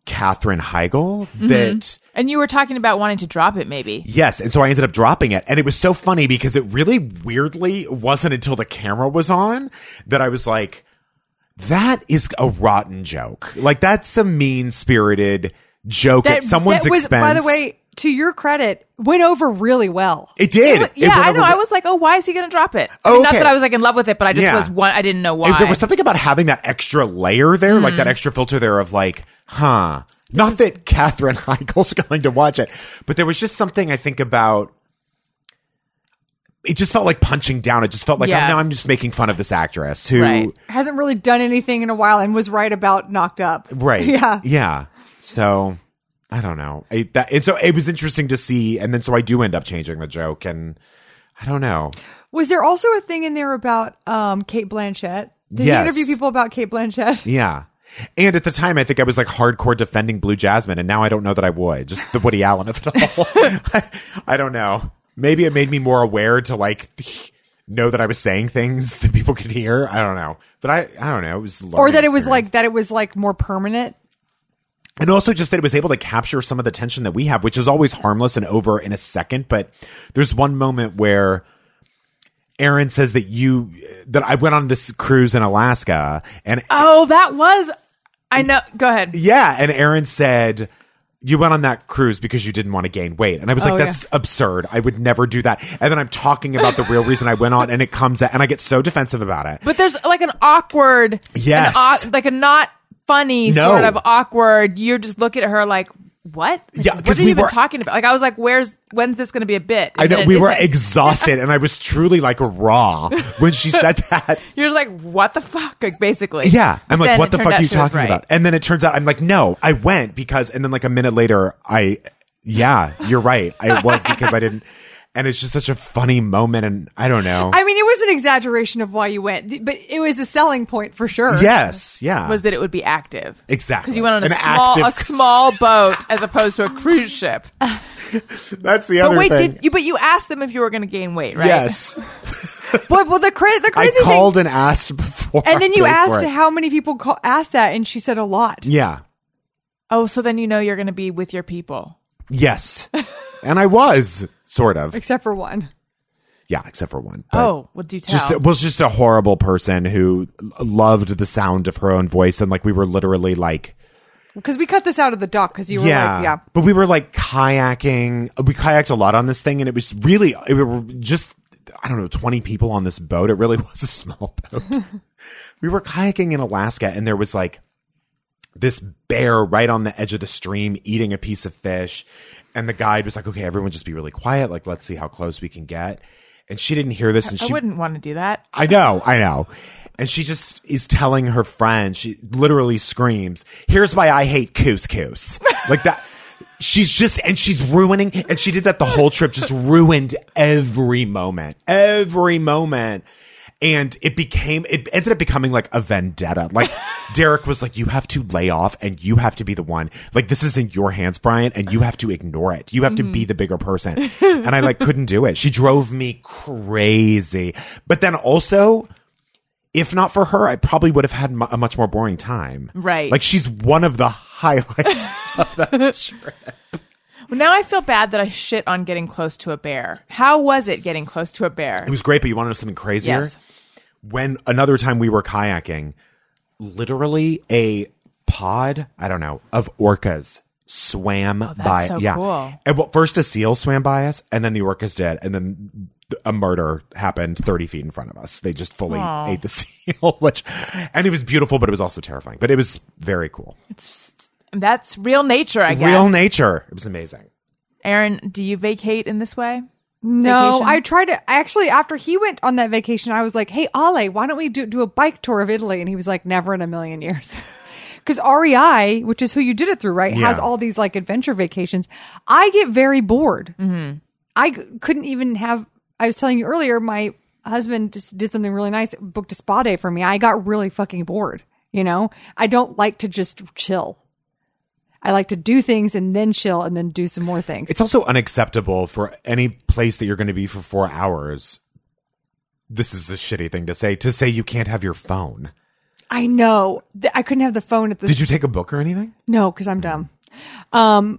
Speaker 3: Katherine Heigl
Speaker 2: Mm-hmm.
Speaker 3: that.
Speaker 1: And you were talking about wanting to drop it, maybe.
Speaker 3: Yes, and so I ended up dropping it. And it was so funny because it really weirdly wasn't until the camera was on that I was like, that is a rotten joke. Like that's a mean spirited joke at someone's
Speaker 2: was,
Speaker 3: expense.
Speaker 2: By the way, to your credit, went over really well.
Speaker 3: It did. It
Speaker 1: yeah,
Speaker 3: went
Speaker 1: I know.
Speaker 3: over- Oh,
Speaker 1: I was like, oh, why is he going to drop it? I mean, Not
Speaker 3: Okay.
Speaker 1: that I was like in love with it, but I just
Speaker 3: Yeah.
Speaker 1: was one. I didn't know why. Mm.
Speaker 3: If there was something about having that extra layer there, like that extra filter there of like, huh. Not that Katherine Heigl's going to watch it, but there was just something I think about. It just felt like punching down. It just felt like
Speaker 1: Yeah.
Speaker 3: oh, now I'm just making fun of this actress who,
Speaker 1: Right.
Speaker 2: Hasn't really done anything in a while and was right about knocked up.
Speaker 3: Right.
Speaker 2: Yeah.
Speaker 3: Yeah. So I don't know. It, that, and so it was interesting to see, and then so I do end up changing the joke, and I don't know.
Speaker 2: Was there also a thing in there about um Kate Blanchett? Did
Speaker 3: Yes.
Speaker 2: he interview people about Kate Blanchett?
Speaker 3: Yeah. And at the time, I think I was like hardcore defending Blue Jasmine, and now I don't know that I would. Just the Woody Allen of it all. I, I don't know. Maybe it made me more aware to like know that I was saying things that people could hear. I don't know, but I I don't know. It was a
Speaker 2: Or
Speaker 3: learning
Speaker 2: that it was
Speaker 3: experience.
Speaker 2: like that it was like more permanent?
Speaker 3: And also just that it was able to capture some of the tension that we have, which is always harmless and over in a second. But there's one moment where Aaron says that you that I went on this cruise in Alaska and
Speaker 1: oh, that was. I know. Go ahead.
Speaker 3: yeah, and Aaron said you went on that cruise because you didn't want to gain weight. And I was like,
Speaker 2: Oh,
Speaker 3: that's absurd. I would never do that. And then I'm talking about the real reason I went on and it comes out and I get so defensive about it.
Speaker 1: But there's like an awkward, an
Speaker 3: Yes.
Speaker 1: au- like a not funny
Speaker 3: No.
Speaker 1: sort of awkward. You're just looking at her like, what? Like,
Speaker 3: Yeah,
Speaker 1: what
Speaker 3: 'cause
Speaker 1: are you
Speaker 3: we
Speaker 1: even
Speaker 3: were-
Speaker 1: talking about? Like, I was like, where's when's this going to be a bit?
Speaker 3: I
Speaker 1: And
Speaker 3: know
Speaker 1: then
Speaker 3: we
Speaker 1: it's
Speaker 3: were
Speaker 1: like-
Speaker 3: exhausted and I was truly like raw when she said that.
Speaker 1: you're like, what the fuck? Like, basically,
Speaker 3: Yeah.
Speaker 1: But
Speaker 3: I'm like,
Speaker 1: then
Speaker 3: what
Speaker 1: it
Speaker 3: the
Speaker 1: turned
Speaker 3: fuck
Speaker 1: out
Speaker 3: are you
Speaker 1: she was
Speaker 3: talking
Speaker 1: right.
Speaker 3: about? And then it turns out I'm like, no, I went because, and then like a minute later, I, yeah, you're right. I was because I didn't. And it's just such a funny moment. And I don't know.
Speaker 2: I mean, it was an exaggeration of why you went, but it was a selling point for sure.
Speaker 3: yes. Yeah.
Speaker 1: Was that it would be active?
Speaker 3: Exactly.
Speaker 1: Because you went on a
Speaker 3: An
Speaker 1: small
Speaker 3: active-
Speaker 1: a small boat as opposed to a cruise ship.
Speaker 3: That's the
Speaker 1: But
Speaker 3: other
Speaker 1: wait,
Speaker 3: thing.
Speaker 1: did you? But you asked them if you were going to gain weight, right?
Speaker 3: Yes.
Speaker 2: But well, the cra- the
Speaker 3: I
Speaker 2: crazy
Speaker 3: called
Speaker 2: thing,
Speaker 3: and asked before.
Speaker 2: and then you
Speaker 3: I paid for
Speaker 2: asked
Speaker 3: it.
Speaker 2: how many people call- asked that, and she said a lot.
Speaker 3: Yeah.
Speaker 1: Oh, so then you know you're going to be with your people.
Speaker 3: Yes. and I was sort of.
Speaker 2: except for one.
Speaker 3: Yeah. Except for one. But
Speaker 1: oh, well, do tell.
Speaker 3: just was just a horrible person who l- loved the sound of her own voice and like we were literally like
Speaker 2: Because we cut this out of the doc because you were like, yeah.
Speaker 3: But we were like kayaking. We kayaked a lot on this thing, and it was really it were just I don't know twenty people on this boat. It really was a small boat. we were kayaking in Alaska, and there was like this bear right on the edge of the stream eating a piece of fish. And the guide was like, "Okay, everyone, just be really quiet. Like, let's see how close we can get." And she didn't hear this, and
Speaker 1: I
Speaker 3: she
Speaker 1: wouldn't want to do that.
Speaker 3: I know, I know. And she just is telling her friend, she literally screams, Here's why I hate couscous. Like that. She's just, and she's ruining, and she did that the whole trip, just ruined every moment, every moment. And it became, it ended up becoming like a vendetta. Like Derek was like, you have to lay off and you have to be the one. Like this is in your hands, Brian, and you have to ignore it. You have to
Speaker 1: Mm-hmm.
Speaker 3: be the bigger person. And I like couldn't do it. She drove me crazy. But then also, if not for her, I probably would have had mu- a much more boring time.
Speaker 1: Right.
Speaker 3: Like she's one of the highlights.
Speaker 1: Now I feel bad that I shit on getting close to a bear. How was it getting close to a bear?
Speaker 3: it was great, but you want to know something crazier?
Speaker 1: Yes.
Speaker 3: When another time we were kayaking, literally a pod, I don't know, of orcas swam
Speaker 1: Oh, that's
Speaker 3: by.
Speaker 1: so
Speaker 3: yeah.
Speaker 1: cool.
Speaker 3: And well, first a seal swam by us, and then the orcas did, and then th- a murder happened 30 feet in front of us. They just fully
Speaker 1: Aw.
Speaker 3: ate the seal, which, and it was beautiful, but it was also terrifying. But it was very cool.
Speaker 1: That's real nature, I guess.
Speaker 3: Real nature. It was amazing.
Speaker 1: Aaron, do you vacate in this way?
Speaker 2: No,
Speaker 1: Vacation?
Speaker 2: I tried to actually after he went on that vacation, I was like, hey, Ale, why don't we do, do a bike tour of Italy? And he was like, never in a million years. Because REI, which is who you did it through, right, has
Speaker 3: Yeah.
Speaker 2: all these like adventure vacations. I get very bored. I c- couldn't even have. I was telling you earlier, my husband just did something really nice, booked a spa day for me. I got really fucking bored. You know, I don't like to just chill. I like to do things and then chill and then do some more things.
Speaker 3: It's also unacceptable for any place that you're going to be for four hours. This is a shitty thing to say. To say you can't have your phone.
Speaker 2: I know. Th- I couldn't have the phone at the
Speaker 3: Did you take a book or anything?
Speaker 2: no because I'm dumb. Um,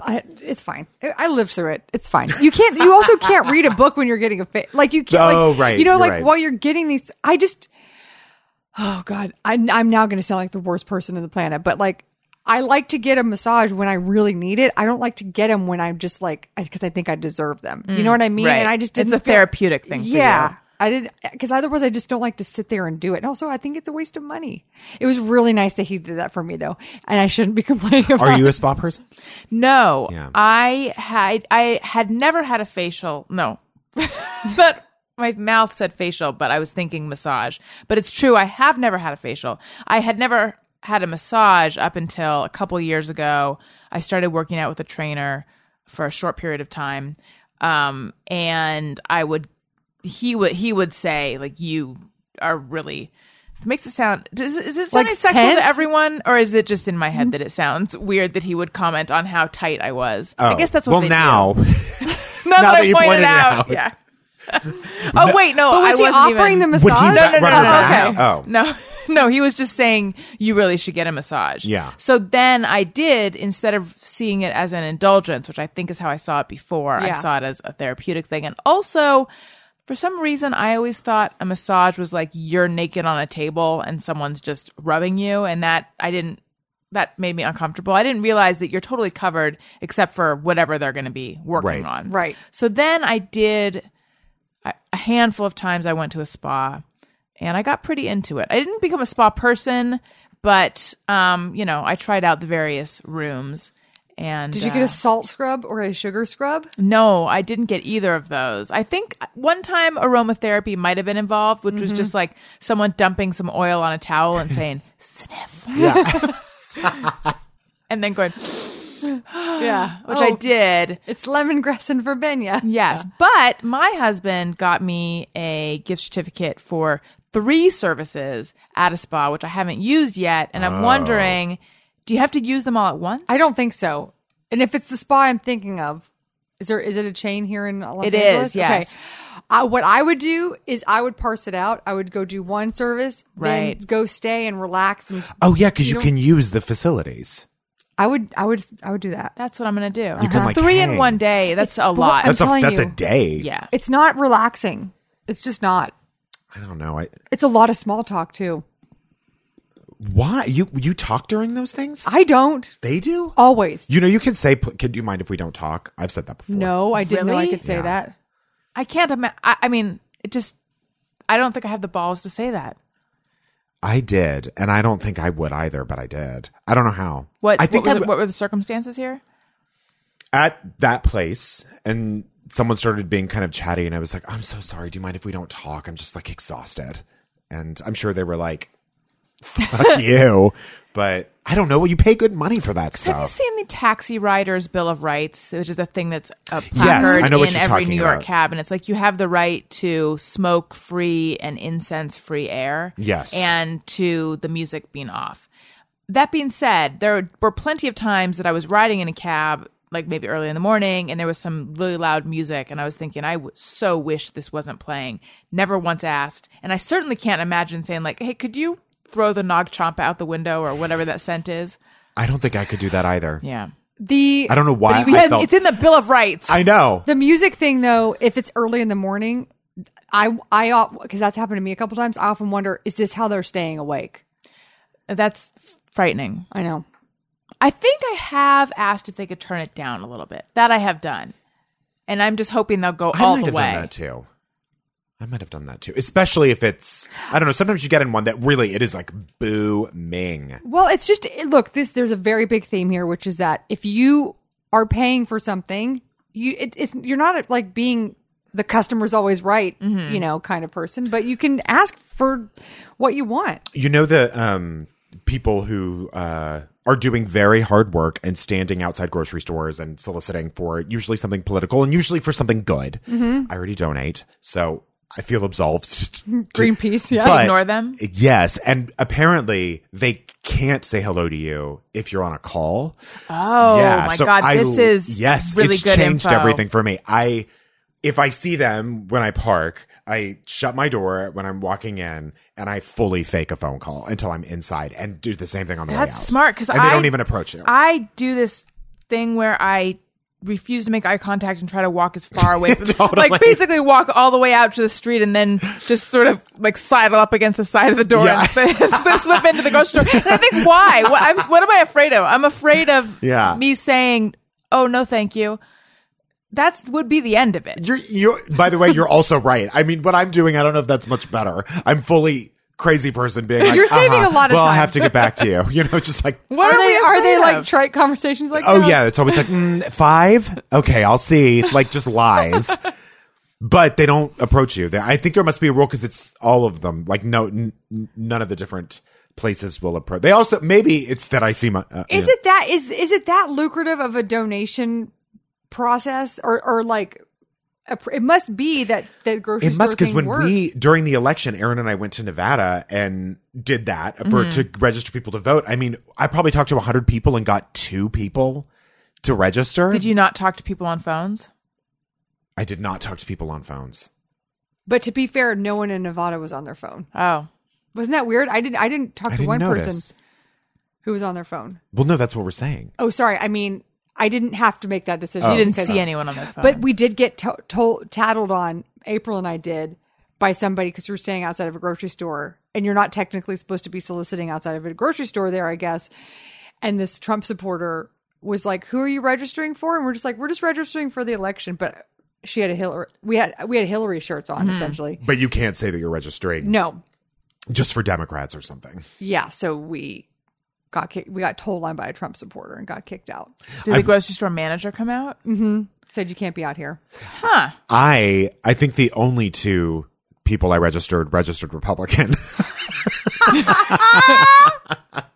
Speaker 2: I, it's fine. I, I lived through it. It's fine. You can't. You also can't read a book when you're getting a fit. Like you can't.
Speaker 3: Oh,
Speaker 2: like,
Speaker 3: right,
Speaker 2: You know,
Speaker 3: you're
Speaker 2: like
Speaker 3: right.
Speaker 2: while you're getting these, I just. Oh God, I, I'm now going to sound like the worst person on the planet, but like I like to get a massage when I really need it. I don't like to get them when I'm just like because I think I deserve them. you know what I mean?
Speaker 1: Mm, right.
Speaker 2: And I just
Speaker 1: It's
Speaker 2: didn't
Speaker 1: a therapeutic thing for you.
Speaker 2: Yeah. I did because otherwise I just don't like to sit there and do it. And also, I think it's a waste of money. It was really nice that he did that for me though, and I shouldn't be complaining about.
Speaker 3: Are you a spa person?
Speaker 1: No,
Speaker 3: Yeah.
Speaker 1: I had I had never had a facial. No, but my mouth said facial, but I was thinking massage. But it's true, I have never had a facial. I had never had a massage up until a couple years ago. I started working out with a trainer for a short period of time, um, and I would he would he would say like you are really. It makes it sound does, is this
Speaker 2: Like
Speaker 1: sounding sexual to
Speaker 2: tense?
Speaker 1: everyone, or is it just in my head that it sounds weird that he would comment on how tight I was? I
Speaker 3: Oh.
Speaker 1: guess that's what
Speaker 3: well
Speaker 1: they do.
Speaker 3: now.
Speaker 1: Now,
Speaker 3: now
Speaker 1: that,
Speaker 3: that
Speaker 1: I
Speaker 3: you
Speaker 1: pointed,
Speaker 3: pointed it
Speaker 1: out,
Speaker 3: out.
Speaker 1: yeah. oh wait, no,
Speaker 2: was
Speaker 1: I
Speaker 2: he
Speaker 1: wasn't
Speaker 2: offering
Speaker 1: even,
Speaker 2: the
Speaker 3: Would
Speaker 2: massage?
Speaker 3: he
Speaker 1: no, no, no,
Speaker 3: rather
Speaker 1: no,
Speaker 3: than
Speaker 1: okay.
Speaker 3: that? Oh.
Speaker 1: No, no, he was just saying you really should get a massage.
Speaker 3: Yeah.
Speaker 1: So then I did, instead of seeing it as an indulgence, which I think is how I saw it before,
Speaker 2: Yeah.
Speaker 1: I saw it as a therapeutic thing. And also, for some reason, I always thought a massage was like you're naked on a table and someone's just rubbing you. And that I didn't, that made me uncomfortable. I didn't realize that you're totally covered except for whatever they're going to be working
Speaker 3: Right.
Speaker 1: on.
Speaker 2: Right.
Speaker 1: So then I did I, a handful of times. I went to a spa, and I got pretty into it. I didn't become a spa person, but um, you know, I tried out the various rooms. And
Speaker 2: Did you get a
Speaker 1: uh,
Speaker 2: salt scrub or a sugar scrub?
Speaker 1: no, I didn't get either of those. I think one time aromatherapy might have been involved, which
Speaker 2: Mm-hmm.
Speaker 1: was just like someone dumping some oil on a towel and saying, sniff. and then going,
Speaker 2: Yeah,
Speaker 1: which I did.
Speaker 2: It's lemongrass and verbena.
Speaker 1: Yes. But my husband got me a gift certificate for three services at a spa, which I haven't used yet. And I'm wondering, do you have to use them all at once?
Speaker 2: Oh. I don't think so. And if it's the spa I'm thinking of, is there is it a chain here in Los
Speaker 1: It is,
Speaker 2: Angeles?
Speaker 1: yes.
Speaker 2: Uh, what I would do is I would parse it out. I would go do one service, then
Speaker 1: Right.
Speaker 2: go stay and relax, and
Speaker 3: Oh yeah, because you, can use the facilities.
Speaker 2: I would I would I would do that.
Speaker 1: That's what I'm going to do. Uh-huh.
Speaker 3: You can, like,
Speaker 1: three in
Speaker 3: hang.
Speaker 1: one day. That's a
Speaker 2: but what-
Speaker 1: lot.
Speaker 2: I'm
Speaker 3: That's a
Speaker 2: telling
Speaker 3: that's a
Speaker 2: you.
Speaker 3: day.
Speaker 1: yeah.
Speaker 2: It's not relaxing. It's just not.
Speaker 3: I don't know. I
Speaker 2: It's a lot of small talk too.
Speaker 3: why you you talk during those
Speaker 1: Uh,
Speaker 3: things?
Speaker 2: I don't
Speaker 3: They do.
Speaker 2: always.
Speaker 3: You know, you can say, "P- "Could you mind if we don't talk?" I've said that before.
Speaker 2: no, I didn't know I
Speaker 1: Really?
Speaker 2: could say
Speaker 3: Yeah.
Speaker 2: that.
Speaker 1: I can't imagine. I, I mean, it just, I don't think I have the balls to say that.
Speaker 3: I did, and I don't think I would either, but I did. I don't know how.
Speaker 1: What,
Speaker 3: I think
Speaker 1: what,
Speaker 3: I
Speaker 1: were, the,
Speaker 3: w-
Speaker 1: what were the circumstances here?
Speaker 3: at that place, and someone started being kind of chatty, and I was like, "I'm so sorry. Do you mind if we don't talk? I'm just like exhausted," and I'm sure they were like, "Fuck you," but I don't know. You pay good money for that
Speaker 1: Have you
Speaker 3: stuff.
Speaker 1: seen the Taxi Riders Bill of Rights, which is a thing that's a
Speaker 3: Yes,
Speaker 1: placard
Speaker 3: I know what
Speaker 1: in
Speaker 3: you're
Speaker 1: every
Speaker 3: talking
Speaker 1: New York
Speaker 3: about.
Speaker 1: cab, and it's like you have the right to smoke free and incense free air.
Speaker 3: Yes.
Speaker 1: and to the music being off. That being said, there were plenty of times that I was riding in a cab, like maybe early in the morning, and there was some really loud music, and I was thinking, I would so wish this wasn't playing. Never once asked, and I certainly can't imagine saying like, "Hey, could you throw the nog chomp out the window or whatever that scent is?"
Speaker 3: I don't think I could do that either.
Speaker 1: Yeah.
Speaker 2: The
Speaker 3: I don't know why
Speaker 1: We
Speaker 3: I
Speaker 1: had,
Speaker 3: felt.
Speaker 1: it's in the Bill of Rights.
Speaker 3: I know.
Speaker 2: The music thing, though, if it's early in the morning, I I because that's happened to me a couple times. I often wonder, is this how they're staying awake?
Speaker 1: That's frightening.
Speaker 2: I know.
Speaker 1: I think I have asked if they could turn it down a little bit. That I have done. And I'm just hoping they'll go
Speaker 3: I
Speaker 1: all
Speaker 3: might
Speaker 1: the
Speaker 3: have
Speaker 1: way.
Speaker 3: done that too. I might have done that too, especially if it's I don't know. Sometimes you get in one that really it is like booming.
Speaker 2: Well, it's just it- look. This there's a very big theme here, which is that if you are paying for something, you it, it's you're not like being the customer's always right,
Speaker 3: Mm-hmm.
Speaker 2: you know, kind of person, but you can ask for what you want.
Speaker 3: You know the um, people who uh, are doing very hard work and standing outside grocery stores and soliciting for usually something political and usually for something good. I already donate, so I feel absolved.
Speaker 2: Greenpeace, yeah.
Speaker 3: But-
Speaker 1: Ignore them?
Speaker 3: Yes, and apparently they can't say hello to you if you're on a call.
Speaker 1: Oh my
Speaker 3: so
Speaker 1: god,
Speaker 3: I-
Speaker 1: this is
Speaker 3: yes,
Speaker 1: really
Speaker 3: it's
Speaker 1: good
Speaker 3: changed
Speaker 1: info.
Speaker 3: everything for me. I if I see them when I park, I shut my door when I'm walking in, and I fully fake a phone call until I'm inside and do the same thing on the way out.
Speaker 1: That's smart, 'cause
Speaker 3: and they
Speaker 1: I-
Speaker 3: don't even approach you.
Speaker 1: I do this thing where I refuse to make eye contact and try to walk as far away from
Speaker 3: Totally.
Speaker 1: like basically walk all the way out to the street and then just sort of like sidle up against the side of the door
Speaker 3: Yeah.
Speaker 1: and slip, slip into the grocery store. And I think why? What, I'm, what am I afraid of? I'm afraid of
Speaker 3: Yeah.
Speaker 1: me saying, "Oh no, thank you." That's would be the end of it.
Speaker 3: You're you. By the way, you're also right. I mean, what I'm doing, I don't know if that's much better. I'm fully crazy person being like,
Speaker 2: You're saving
Speaker 3: "Uh-huh,
Speaker 2: a lot of
Speaker 3: Well, I'll
Speaker 2: time."
Speaker 3: have to get back to you. You know, just like.
Speaker 1: What
Speaker 2: are they?
Speaker 1: we
Speaker 2: Are they
Speaker 1: afraid
Speaker 2: like
Speaker 1: of?
Speaker 2: trite conversations like?
Speaker 3: Oh
Speaker 2: that?
Speaker 3: yeah, it's always like mm, five. Okay, I'll see. Like just lies, but they don't approach you. They- I think there must be a rule because it's all of them. Like no, n- n- none of the different places will approach. They also maybe it's that I see my. Uh,
Speaker 2: Is
Speaker 3: yeah.
Speaker 2: it that is is it that lucrative of a donation process or or like a, pr- it must be that the grocery
Speaker 3: It must
Speaker 2: store
Speaker 3: because
Speaker 2: thing
Speaker 3: when
Speaker 2: works.
Speaker 3: we during the election, Aaron and I went to Nevada and did that
Speaker 2: Mm-hmm.
Speaker 3: for to register people to vote. I mean, I probably talked to hundred people and got two people to register.
Speaker 1: Did you not talk to people on phones?
Speaker 3: I did not talk to people on phones.
Speaker 2: but to be fair, no one in Nevada was on their phone.
Speaker 1: Oh,
Speaker 2: Wasn't that weird? I didn't I didn't talk
Speaker 3: I
Speaker 2: to
Speaker 3: didn't
Speaker 2: one
Speaker 3: notice.
Speaker 2: person who was on their phone.
Speaker 3: Well, no, that's what we're saying.
Speaker 2: Oh, sorry. I mean, I didn't have to make that decision.
Speaker 3: Oh.
Speaker 1: you didn't
Speaker 2: because-
Speaker 1: see anyone on their phone.
Speaker 2: But we did get to- told tattled on. April and I did by somebody because we were staying outside of a grocery store, and you're not technically supposed to be soliciting outside of a grocery store there, I guess. And this Trump supporter was like, "Who are you registering for?" And we're just like, "We're just registering for the election." But she had a Hillary. We had we had Hillary shirts on essentially.
Speaker 3: But you can't say that you're registering
Speaker 2: No,
Speaker 3: just for Democrats or something.
Speaker 2: yeah. So we got kicked. We got told on by a Trump supporter and got kicked out.
Speaker 1: did the grocery store manager come out?
Speaker 2: Said you can't be out here.
Speaker 1: Huh.
Speaker 3: I I think the only two people I registered registered Republican.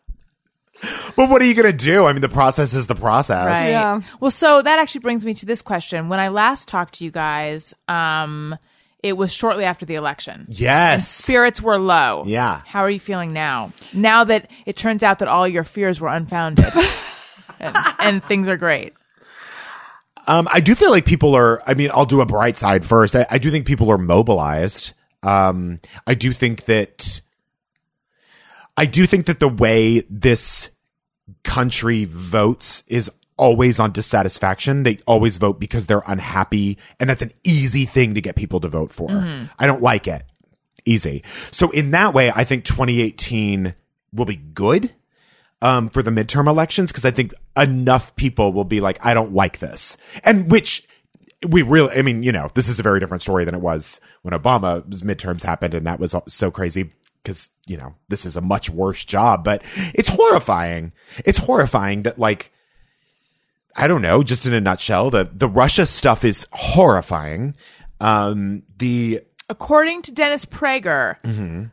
Speaker 3: but what are you going to do? I mean, the process is the process.
Speaker 1: Right.
Speaker 2: Yeah.
Speaker 1: Well, so that actually brings me to this question. When I last talked to you guys, um, it was shortly after the election.
Speaker 3: Yes.
Speaker 1: Spirits were low.
Speaker 3: Yeah.
Speaker 1: How are you feeling now? Now that it turns out that all your fears were unfounded and, and things are great.
Speaker 3: Um, I do feel like people are. I mean, I'll do a bright side first. I, I do think people are mobilized. Um, I do think that. I do think that the way this country votes is always on dissatisfaction. They always vote because they're unhappy, and that's an easy thing to get people to vote for. I don't like it. Easy. So in that way, I think 2018 will be good um, for the midterm elections because I think enough people will be like, I don't like this. And which we really, I mean, you know, this is a very different story than it was when Obama's midterms happened. And that was so crazy because, you know, this is a much worse job, but it's horrifying. It's horrifying that, like, I don't know, just in a nutshell, the, the Russia stuff is horrifying. Um, the,
Speaker 1: According to Dennis Prager,
Speaker 3: Mm-hmm.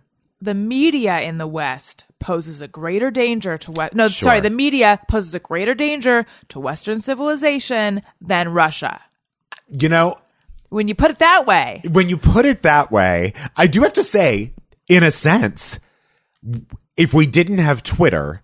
Speaker 1: the media in the West poses a greater danger to West. No, sorry,
Speaker 3: Sure.
Speaker 1: the media poses a greater danger to Western civilization than Russia.
Speaker 3: you know,
Speaker 1: When you put it that way,
Speaker 3: when you put it that way, I do have to say, in a sense, if we didn't have Twitter,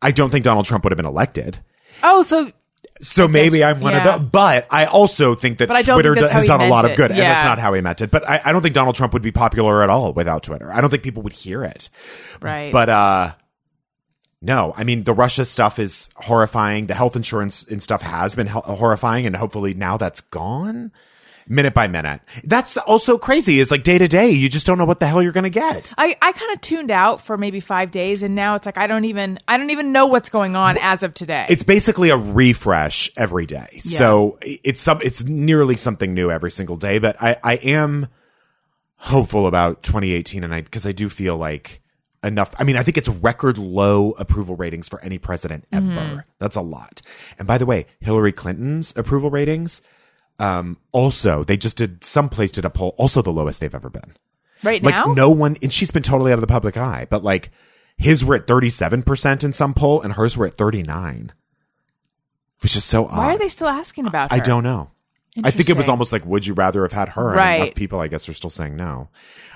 Speaker 3: I don't think Donald Trump would have been elected.
Speaker 1: oh, so
Speaker 3: So maybe I'm one
Speaker 1: yeah.
Speaker 3: of the, but I also think that
Speaker 1: But I don't
Speaker 3: Twitter
Speaker 1: think that's
Speaker 3: has
Speaker 1: how he
Speaker 3: done a lot
Speaker 1: meant
Speaker 3: of good,
Speaker 1: it.
Speaker 3: and that's
Speaker 1: Yeah.
Speaker 3: not how he meant it. But I, I don't think Donald Trump would be popular at all without Twitter. I don't think people would hear it.
Speaker 1: right.
Speaker 3: But uh no, I mean the Russia stuff is horrifying. The health insurance and stuff has been hel- horrifying, and hopefully now that's gone. Minute by minute. That's also crazy. Is like day to day, you just don't know what the hell you're going to get.
Speaker 1: I, I kind of tuned out for maybe five days, and now it's like I don't even I don't even know what's going on as of today.
Speaker 3: It's basically a refresh every day. So i- it's some, it's nearly something new every single day. But I, I am hopeful about 2018, and I because I do feel like enough. I mean, I think it's record low approval ratings for any president ever. That's a lot. And by the way, Hillary Clinton's approval ratings. Um, also, they just did someplace did a poll, also the lowest they've ever been.
Speaker 1: right
Speaker 3: Like
Speaker 1: now,
Speaker 3: no one, and she's been totally out of the public eye. But like his were at thirty seven percent in some poll, and hers were at thirty nine, which is so odd.
Speaker 1: why are they still asking about?
Speaker 3: I
Speaker 1: her?
Speaker 3: don't know. I think it was
Speaker 1: Interesting.
Speaker 3: almost like, would you rather have had her? And
Speaker 1: Right.
Speaker 3: enough people, I guess, are still saying no.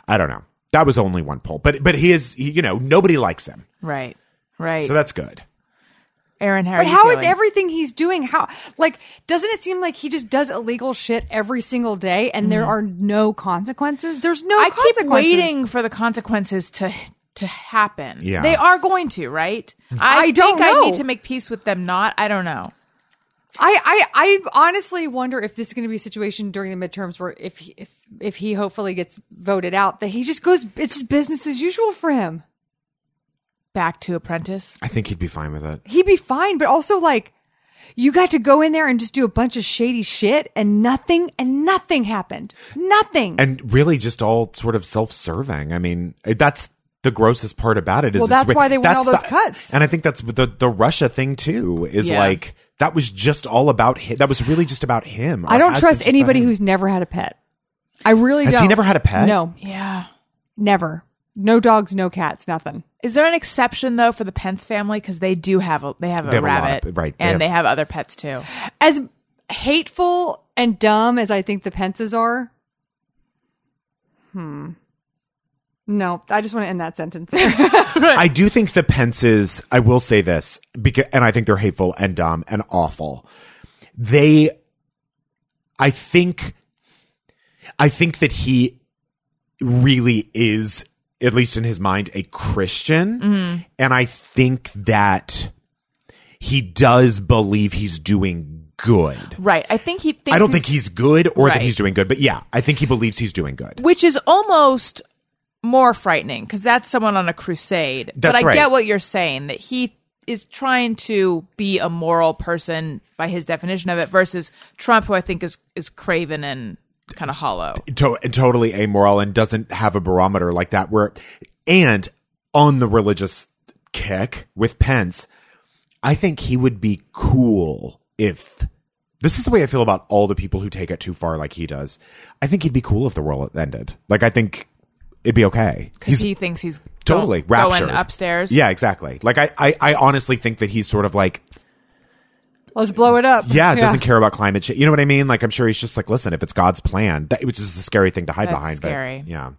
Speaker 3: I don't know. That was only one poll, but but he is, he- you know, nobody likes him,
Speaker 1: Right, right.
Speaker 3: so that's good.
Speaker 1: Aaron, how are
Speaker 2: But
Speaker 1: you
Speaker 2: how is
Speaker 1: feeling?
Speaker 2: everything he's doing? How like doesn't it seem like he just does illegal shit every single day, and there are no consequences? There's no.
Speaker 1: Mm-hmm. I keep
Speaker 2: consequences.
Speaker 1: waiting for the consequences to to happen.
Speaker 3: Yeah. Mm-hmm.
Speaker 1: they are going to. Right.
Speaker 2: I don't
Speaker 1: think I
Speaker 2: know.
Speaker 1: need to make peace with them. Not. I don't know.
Speaker 2: I, I, I honestly wonder if this is going to be a situation during the midterms where if he, if if he hopefully gets voted out, that he just goes. It's just business as usual for him.
Speaker 1: Back to Apprentice.
Speaker 3: I think he'd be fine with it.
Speaker 2: He'd be fine, but also like, you got to go in there and just do a bunch of shady shit, and nothing, and nothing happened. Nothing.
Speaker 3: And really, just all sort of self-serving. I mean, it- that's the grossest part about it. Is
Speaker 2: Well,
Speaker 3: it's
Speaker 2: that's
Speaker 3: re-
Speaker 2: why they want
Speaker 3: that's
Speaker 2: all those
Speaker 3: the-
Speaker 2: cuts.
Speaker 3: And I think that's the the Russia thing too. Is
Speaker 1: Yeah.
Speaker 3: like that was just all about him. That was really just about him.
Speaker 2: I
Speaker 3: Or
Speaker 2: don't
Speaker 3: has been
Speaker 2: trust
Speaker 3: just about
Speaker 2: anybody
Speaker 3: him.
Speaker 2: who's never had a pet. I really
Speaker 3: Has he
Speaker 2: don't.
Speaker 3: never had a pet?
Speaker 2: No,
Speaker 1: Yeah.
Speaker 2: never. No dogs, no cats, nothing.
Speaker 1: Is there an exception though for the Pence family because they do have a they have a
Speaker 3: They have a lot of
Speaker 1: rabbit
Speaker 3: pe- right, they
Speaker 1: and
Speaker 3: have-
Speaker 1: they have other pets too.
Speaker 2: As hateful and dumb as I think the Pences are. Hmm. No, I just want to end that sentence. there.
Speaker 3: I do think the Pences, I will say this, because, and I think they're hateful and dumb and awful. They, I think, I think that he really is, at least in his mind, a Christian.
Speaker 1: Mm-hmm.
Speaker 3: And I think that he does believe he's doing good.
Speaker 1: Right. I think he thinks
Speaker 3: I don't think he's good or that
Speaker 1: Right.
Speaker 3: he's doing good, but yeah, I think he believes he's doing good.
Speaker 1: which is almost more frightening because that's someone on a crusade. but
Speaker 3: That's
Speaker 1: I
Speaker 3: right.
Speaker 1: get what you're saying that he is trying to be a moral person by his definition of it versus Trump, who I think is is craven and kind of hollow.
Speaker 3: to- and totally amoral and doesn't have a barometer like that where and on the religious kick with Pence I think he would be cool if this is the way I feel about all the people who take it too far like he does I think he'd be cool if the world ended like I think it'd be okay
Speaker 1: Because he thinks he's go-
Speaker 3: totally
Speaker 1: going
Speaker 3: raptured
Speaker 1: upstairs.
Speaker 3: yeah exactly like I, I I honestly think that he's sort of like
Speaker 2: Let's blow it up.
Speaker 3: yeah, doesn't care about climate change you know what I mean like I'm sure he's just like listen if it's God's plan that which is a scary thing to hide
Speaker 1: That's
Speaker 3: behind
Speaker 1: scary.
Speaker 3: but yeah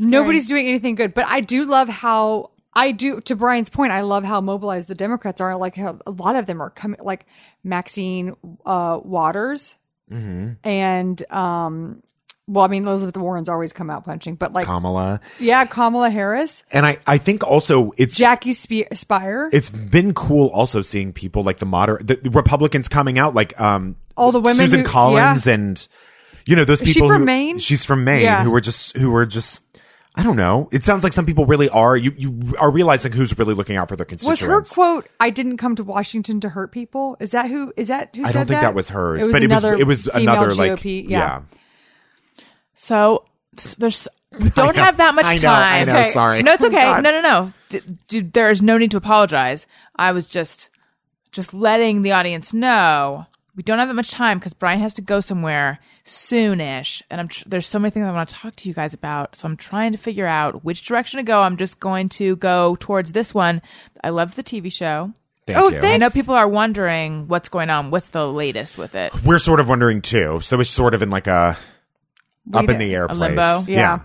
Speaker 2: Nobody's doing anything good, but I do love how I do. To Brian's point, I love how mobilized the Democrats are. Like how a lot of them are coming, like Maxine uh, Waters
Speaker 3: Mm-hmm.
Speaker 2: and um. Well, I mean, Elizabeth Warren's always come out punching, but like,
Speaker 3: Kamala
Speaker 2: yeah, Kamala Harris,
Speaker 3: And I, I think also it's
Speaker 2: Jackie Spe- Spire,
Speaker 3: it's been cool also seeing people like the moderate the, the Republicans coming out like um
Speaker 2: All the women
Speaker 3: Susan
Speaker 2: who-
Speaker 3: Collins and you know those
Speaker 2: she
Speaker 3: people
Speaker 2: from
Speaker 3: who-
Speaker 2: Maine?
Speaker 3: she's from Maine
Speaker 2: Yeah.
Speaker 3: who were just who were just I don't know it sounds like some people really are you you are realizing who's really looking out for their
Speaker 2: was
Speaker 3: constituents
Speaker 2: her quote, "I didn't come to Washington to hurt people." Is that who? Is that who?
Speaker 3: I
Speaker 2: said
Speaker 3: don't think that, was hers but it was
Speaker 2: another
Speaker 3: it was
Speaker 2: female
Speaker 3: another like
Speaker 2: GOP,
Speaker 3: yeah.
Speaker 1: So s- there's we don't
Speaker 3: know.
Speaker 1: have that much
Speaker 3: I know, I
Speaker 1: time.
Speaker 3: know, Okay. sorry.
Speaker 1: No, it's
Speaker 2: Oh,
Speaker 1: okay.
Speaker 2: God.
Speaker 1: no, no, no. D- dude, there is no need to apologize. I was just just letting the audience know we don't have that much time because Brian has to go somewhere soonish, and I'm tr- there's so many things I want to talk to you guys about. So I'm trying to figure out which direction to go. I'm just going to go towards this one. I loved the TV show.
Speaker 3: Thank
Speaker 2: Oh,
Speaker 3: you.
Speaker 2: thank-
Speaker 1: I know people are wondering what's going on. What's the latest with it?
Speaker 3: We're sort of wondering too, so it's sort of in like a up in
Speaker 2: d-
Speaker 3: the air
Speaker 1: a
Speaker 3: place.
Speaker 1: limbo?
Speaker 3: Yeah.
Speaker 2: Yeah.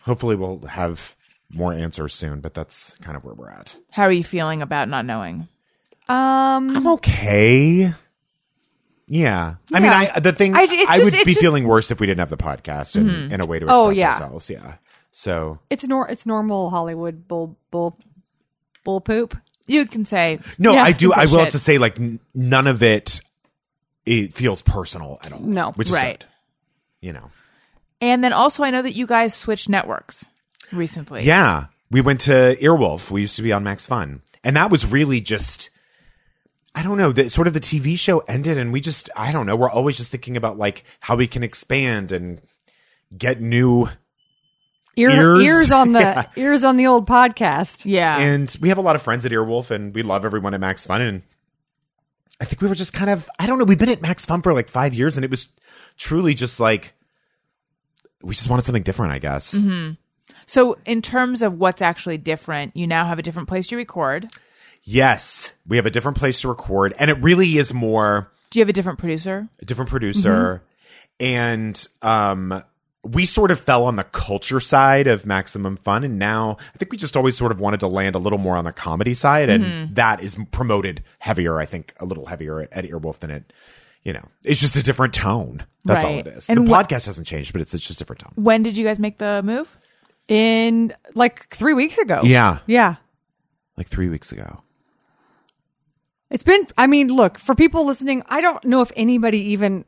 Speaker 3: hopefully we'll have more answers soon, but that's kind of where we're at.
Speaker 1: How are you feeling about not knowing?
Speaker 2: Um,
Speaker 3: I'm okay. Yeah. I mean,
Speaker 2: Yeah.
Speaker 3: I the thing
Speaker 2: I-
Speaker 3: I,
Speaker 2: it
Speaker 3: would
Speaker 2: just- it
Speaker 3: be
Speaker 2: just-
Speaker 3: feeling worse if we didn't have the podcast and, and a way to express
Speaker 2: Oh, yeah.
Speaker 3: ourselves. Yeah. So
Speaker 2: It's nor it's normal Hollywood bull bull bull poop.
Speaker 1: You can say
Speaker 3: no,
Speaker 2: Yeah,
Speaker 3: I do.
Speaker 1: it's a
Speaker 3: I will have
Speaker 1: shit.
Speaker 3: to say, like, n- none of it. It feels personal at all.
Speaker 2: No.
Speaker 3: which is
Speaker 1: Right.
Speaker 3: good. You know.
Speaker 1: And then also, I know that you guys switched networks recently.
Speaker 3: Yeah. We went to Earwolf. We used to be on Max Fun. And that was really just I don't know, that sort of the TV show ended and we just I don't know, we're always just thinking about like how we can expand and get new
Speaker 2: Ear, ears.
Speaker 3: Ears?
Speaker 2: on the ears on the old podcast.
Speaker 1: Yeah.
Speaker 3: and we have a lot of friends at Earwolf and we love everyone at Max Fun and I think we were just kind of I don't know, we've been at Max Fun for like 5 years and it was truly just like we just wanted something different, I guess.
Speaker 1: so, in terms of what's actually different, you now have a different place to record.
Speaker 3: Yes, we have a different place to record and it really is more
Speaker 1: Do you have a different producer?
Speaker 3: a different producer
Speaker 1: Mm-hmm.
Speaker 3: and um we sort of fell on the culture side of maximum fun and now i think we just always sort of wanted to land a little more on the comedy side and
Speaker 1: Mm-hmm.
Speaker 3: that is promoted heavier i think a little heavier at, at earwolf than it you know it's just a different tone that's all
Speaker 1: Right.
Speaker 3: it is
Speaker 1: And
Speaker 3: the
Speaker 1: what-
Speaker 3: podcast hasn't changed but it's, it's just a different tone
Speaker 1: When did you guys make the move?
Speaker 2: In like three weeks ago.
Speaker 3: yeah
Speaker 2: Yeah.
Speaker 3: like three weeks ago
Speaker 2: It's been, I mean, look, for people listening, I don't know if anybody even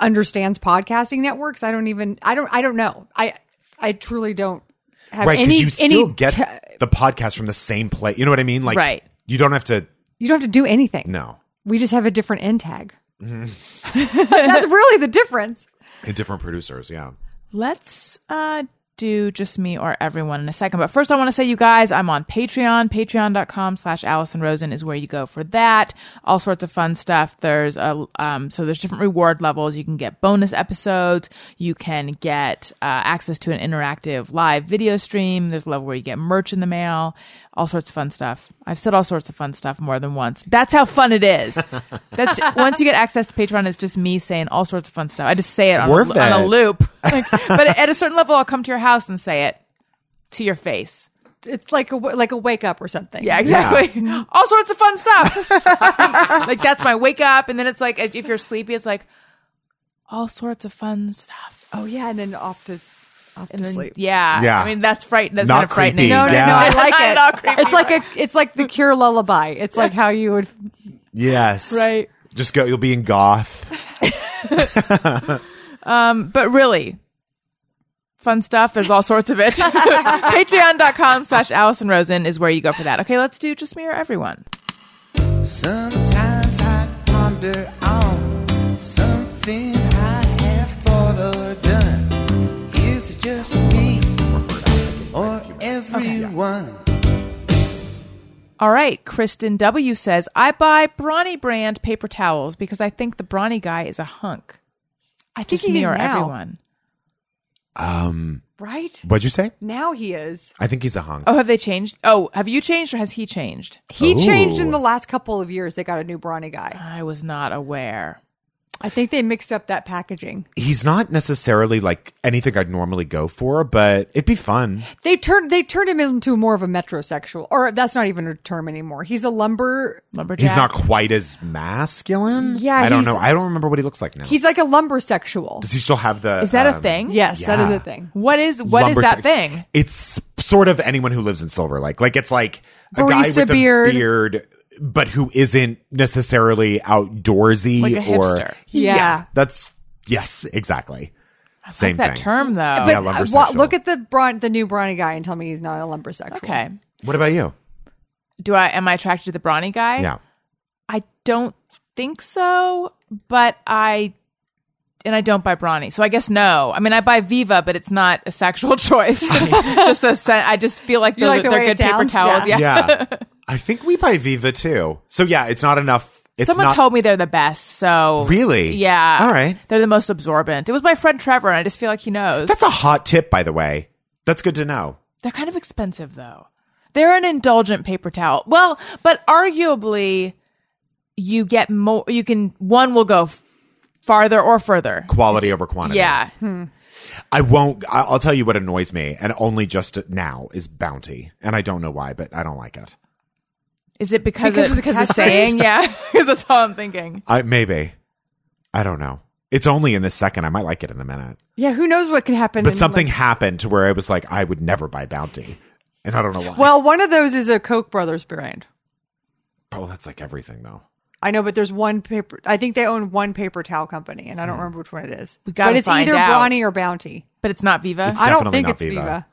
Speaker 2: understands podcasting networks. I don't even, I don't, I don't know. I, I truly don't have
Speaker 3: right
Speaker 2: any,
Speaker 3: because you still
Speaker 2: any
Speaker 3: get
Speaker 2: te-
Speaker 3: the podcast from the same place you know what i mean like
Speaker 1: Right.
Speaker 3: you don't have to
Speaker 2: you don't have to do anything.
Speaker 3: no Mm-hmm.
Speaker 2: We just have a different end tag. That's really the difference.
Speaker 3: and different producers yeah
Speaker 1: Let's uh, do just me or everyone in a second. But first, I want to say, you guys, I'm on Patreon. Patreon.com slash Allison Rosen is where you go for that. All sorts of fun stuff. There's a, um, so there's different reward levels. You can get bonus episodes. You can get uh, access to an interactive live video stream. There's a level where you get merch in the mail. All sorts of fun stuff. I've said all sorts of fun stuff more than once. That's how fun it is. That's once you get access to Patreon, it's just me saying all sorts of fun stuff. I just say it on,
Speaker 3: Worth
Speaker 1: a, on a
Speaker 3: it.
Speaker 1: loop. Like, but at a certain level, I'll come to your house and say it to your face.
Speaker 2: It's like a, w- like a wake up or something.
Speaker 1: Yeah, exactly. All sorts of fun stuff. like that's my wake up, and then it's like if you're sleepy, it's like all sorts of fun stuff.
Speaker 2: Oh yeah. And then off to, off to
Speaker 1: And-
Speaker 2: sleep.
Speaker 1: yeah,
Speaker 3: Yeah.
Speaker 1: I mean that's fright. That's
Speaker 3: Not
Speaker 1: kind of frightening.
Speaker 3: creepy. No, no, Yeah.
Speaker 2: No, I like
Speaker 1: Not-
Speaker 2: it.
Speaker 1: not creepy.
Speaker 2: it's like a, it's like the Cure lullaby. It's like how you would
Speaker 3: yes
Speaker 1: Right.
Speaker 3: just go you'll be in goth
Speaker 1: but really fun stuff there's all sorts of it patreon.com slash allison rosen is where you go for that okay let's do just me or everyone
Speaker 5: Sometimes I ponder on something I have thought or done. Is it just me or everyone?
Speaker 1: all right kristen w says i buy brawny brand paper towels because i think the brawny guy is a hunk
Speaker 2: I think
Speaker 1: just
Speaker 2: he
Speaker 1: me
Speaker 2: is
Speaker 1: or
Speaker 2: now,
Speaker 1: everyone
Speaker 3: um
Speaker 2: right?
Speaker 3: what'd you say
Speaker 2: Now he is.
Speaker 3: i think he's a hunk
Speaker 1: oh have they changed oh have you changed or has he changed
Speaker 2: He changed in
Speaker 3: Ooh.
Speaker 2: the last couple of years. They got a new brawny guy.
Speaker 1: i was not aware
Speaker 2: I think they mixed up that packaging.
Speaker 3: he's not necessarily like anything i'd normally go for but it'd be fun
Speaker 2: They turned they turned him into more of a metrosexual, or that's not even a term anymore. He's a lumber.
Speaker 1: lumberjack
Speaker 3: he's not quite as masculine
Speaker 2: Yeah,
Speaker 3: i don't
Speaker 2: he's-
Speaker 3: know i don't remember what he looks like now
Speaker 2: He's like a lumber sexual.
Speaker 3: does he still have the
Speaker 1: is that a
Speaker 3: um,
Speaker 1: thing
Speaker 2: Yes, that is
Speaker 3: Yeah.
Speaker 2: a thing.
Speaker 1: what is what is that
Speaker 3: lumberjack-
Speaker 1: thing
Speaker 3: It's sort of anyone who lives in Silver Lake. Like it's like a guy
Speaker 2: Barista
Speaker 3: with a
Speaker 2: beard.
Speaker 3: beard. but who isn't necessarily outdoorsy
Speaker 1: Like a
Speaker 3: or
Speaker 1: hipster.
Speaker 2: Yeah.
Speaker 3: That's yes, exactly.
Speaker 1: I like
Speaker 3: Same
Speaker 1: that
Speaker 3: thing.
Speaker 1: term though
Speaker 3: Oh, Yeah,
Speaker 2: Uh,
Speaker 3: lumber
Speaker 2: wa- look at the brawn, the new brawny guy and tell me he's not a lumber sexual.
Speaker 1: okay
Speaker 3: What about you?
Speaker 1: do i am i attracted to the brawny guy
Speaker 3: Yeah.
Speaker 1: I don't think so, but I and I don't buy Brawny, so I guess no. I mean, I buy Viva, but it's not a sexual choice. It's just a sen- I just feel like
Speaker 2: You
Speaker 1: those
Speaker 2: like
Speaker 1: are-
Speaker 2: the
Speaker 1: they're
Speaker 2: way
Speaker 1: good
Speaker 2: it
Speaker 1: paper
Speaker 2: sounds?
Speaker 1: towels. Yeah,
Speaker 2: Yeah.
Speaker 3: Yeah. I think we buy Viva too. So yeah, it's not enough. It's
Speaker 1: someone
Speaker 3: not
Speaker 1: told me they're the best. So
Speaker 3: Really?
Speaker 1: yeah.
Speaker 3: All right.
Speaker 1: they're the most absorbent. It was my friend Trevor, and I just feel like he knows.
Speaker 3: That's a hot tip by the way. That's good to know.
Speaker 1: they're kind of expensive though. They're an indulgent paper towel. Well, but arguably, you get more. You can one will go f- farther or further.
Speaker 3: Quality over quantity.
Speaker 1: Yeah,
Speaker 3: I won't I- I'll tell you what annoys me and only just now is bounty. And I don't know why, but I don't like it.
Speaker 1: Is it because
Speaker 2: Because
Speaker 1: because,
Speaker 2: of
Speaker 1: it,
Speaker 2: the
Speaker 1: because the
Speaker 2: catchphrase?
Speaker 1: saying? Yeah, because that's how I'm thinking.
Speaker 3: I maybe. I don't know. It's only in this second. I might like it in a minute.
Speaker 2: Yeah, who knows what could happen?
Speaker 3: But
Speaker 2: in,
Speaker 3: something
Speaker 2: like-
Speaker 3: happened to where I was like, I would never buy Bounty. And I don't know why.
Speaker 2: well, one of those is a Koch brothers brand.
Speaker 3: oh, that's like everything though.
Speaker 2: I know, but there's one paper. I think they own one paper towel company, and I don't remember which one it is.
Speaker 1: We gotta
Speaker 2: but it's
Speaker 1: find
Speaker 2: either
Speaker 1: out.
Speaker 2: Brawny or Bounty.
Speaker 1: But it's not Viva.
Speaker 3: It's-
Speaker 2: I don't
Speaker 3: Definitely
Speaker 2: think
Speaker 3: not
Speaker 2: it's
Speaker 3: Viva.
Speaker 2: Viva.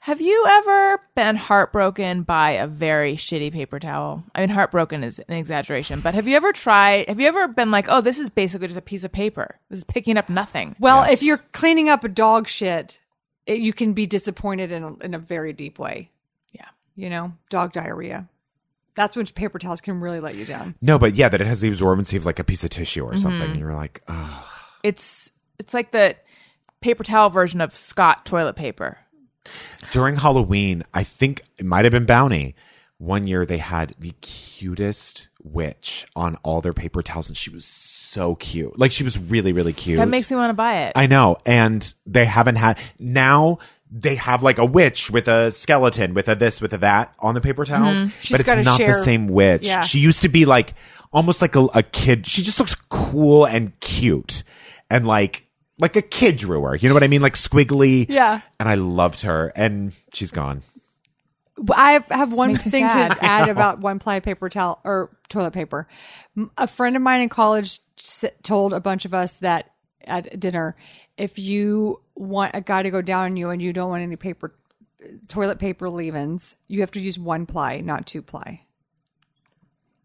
Speaker 1: Have you ever been heartbroken by a very shitty paper towel? I mean, heartbroken is an exaggeration, but have you ever tried? Have you ever been like, oh, this is basically just a piece of paper. This is picking up nothing.
Speaker 2: Well,
Speaker 3: Yes.
Speaker 2: if you're cleaning up dog shit, it, you can be disappointed in a, in a very deep way.
Speaker 1: Yeah.
Speaker 2: You know, dog diarrhea. That's when paper towels can really let you down.
Speaker 3: No, but yeah, that it has the absorbency of like a piece of tissue
Speaker 1: Mm-hmm.
Speaker 3: or something. And you're like, oh,
Speaker 1: It's it's like the paper towel version of Scott toilet paper.
Speaker 3: during Halloween, I think it might have been Bounty. One year they had the cutest witch on all their paper towels, and she was so cute. Like she was really, really cute.
Speaker 1: That makes me want to buy it.
Speaker 3: I know. And they haven't had now they have like a witch with a skeleton with a this with a that on the paper towels, but
Speaker 2: Mm-hmm. gotta
Speaker 3: it's not
Speaker 2: share-
Speaker 3: the same witch.
Speaker 2: Yeah.
Speaker 3: She used to be like almost like a, a kid. She just looks cool and cute and like like a kid drew her. You know what I mean? Like squiggly.
Speaker 2: Yeah.
Speaker 3: And I loved her and she's gone.
Speaker 2: But I have- have one
Speaker 1: makes me
Speaker 2: thing
Speaker 1: sad.
Speaker 2: to add about one ply paper towel or toilet paper. M- A friend of mine in college s- told a bunch of us that at dinner, if you want a guy to go down on you and you don't want any paper, toilet paper leave-ins, you have to use one ply, not two ply.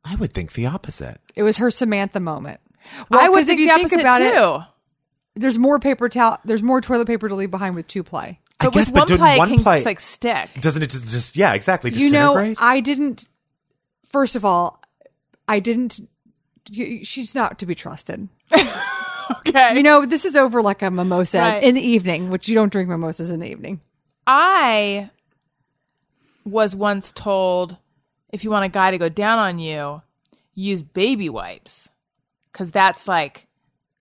Speaker 3: I would think the opposite.
Speaker 2: It was her Samantha moment.
Speaker 1: I
Speaker 2: Well,
Speaker 1: would
Speaker 2: 'cause
Speaker 1: think the opposite too.
Speaker 2: it, there's more paper towel, there's more toilet paper to leave behind with two ply.
Speaker 3: I
Speaker 1: but
Speaker 3: guess,
Speaker 1: with one
Speaker 3: but
Speaker 1: pie,
Speaker 3: doing one
Speaker 1: it can
Speaker 3: ply,
Speaker 1: like stick.
Speaker 3: doesn't it just, just yeah, exactly
Speaker 2: you know,
Speaker 3: disintegrate?
Speaker 2: I didn't. First of all, I didn't. y- She's not to be trusted.
Speaker 1: Okay.
Speaker 2: You know, this is over like a mimosa
Speaker 1: Right.
Speaker 2: in the evening, which you don't drink mimosas in the evening.
Speaker 1: I was once told if you want a guy to go down on you, use baby wipes because that's like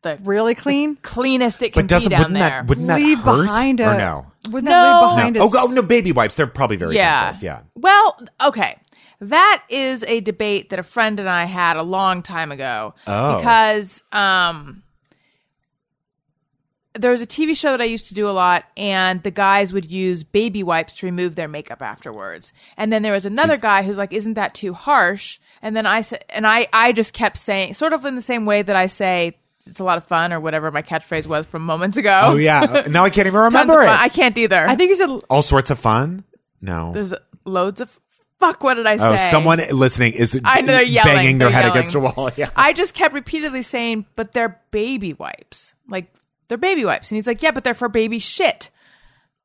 Speaker 1: the
Speaker 2: Really clean.
Speaker 1: cleanest it can
Speaker 3: but doesn't
Speaker 1: be down
Speaker 3: wouldn't
Speaker 1: there.
Speaker 3: that wouldn't that
Speaker 2: leave
Speaker 3: hurt
Speaker 2: behind
Speaker 3: or
Speaker 2: a
Speaker 3: no?
Speaker 2: Wouldn't
Speaker 1: No.
Speaker 2: that leave
Speaker 1: No.
Speaker 2: behind
Speaker 3: no. Oh,
Speaker 2: a
Speaker 3: go- oh, no, baby wipes. They're probably very
Speaker 1: yeah.
Speaker 3: gentle. Yeah.
Speaker 1: Well, okay. That is a debate that a friend and I had a long time ago.
Speaker 3: Oh.
Speaker 1: Because um there was a TV show that I used to do a lot, and the guys would use baby wipes to remove their makeup afterwards. And then there was another guy who's like, "Isn't that too harsh?" And then I said, and I I just kept saying, sort of in the same way that I say, "It's a lot of fun" or whatever my catchphrase was from moments ago.
Speaker 3: Oh yeah. now I can't even
Speaker 1: Tons of
Speaker 3: remember it.
Speaker 1: fun. I can't either.
Speaker 2: I think you said
Speaker 3: All sorts of fun. No.
Speaker 1: there's loads of fuck. What did I
Speaker 3: oh,
Speaker 1: say?
Speaker 3: someone listening is
Speaker 1: I know they're yelling.
Speaker 3: banging their
Speaker 1: They're
Speaker 3: head
Speaker 1: yelling.
Speaker 3: against a wall. Yeah.
Speaker 1: I just kept repeatedly saying, but they're baby wipes. Like, they're baby wipes. And he's like, yeah, but they're for baby shit.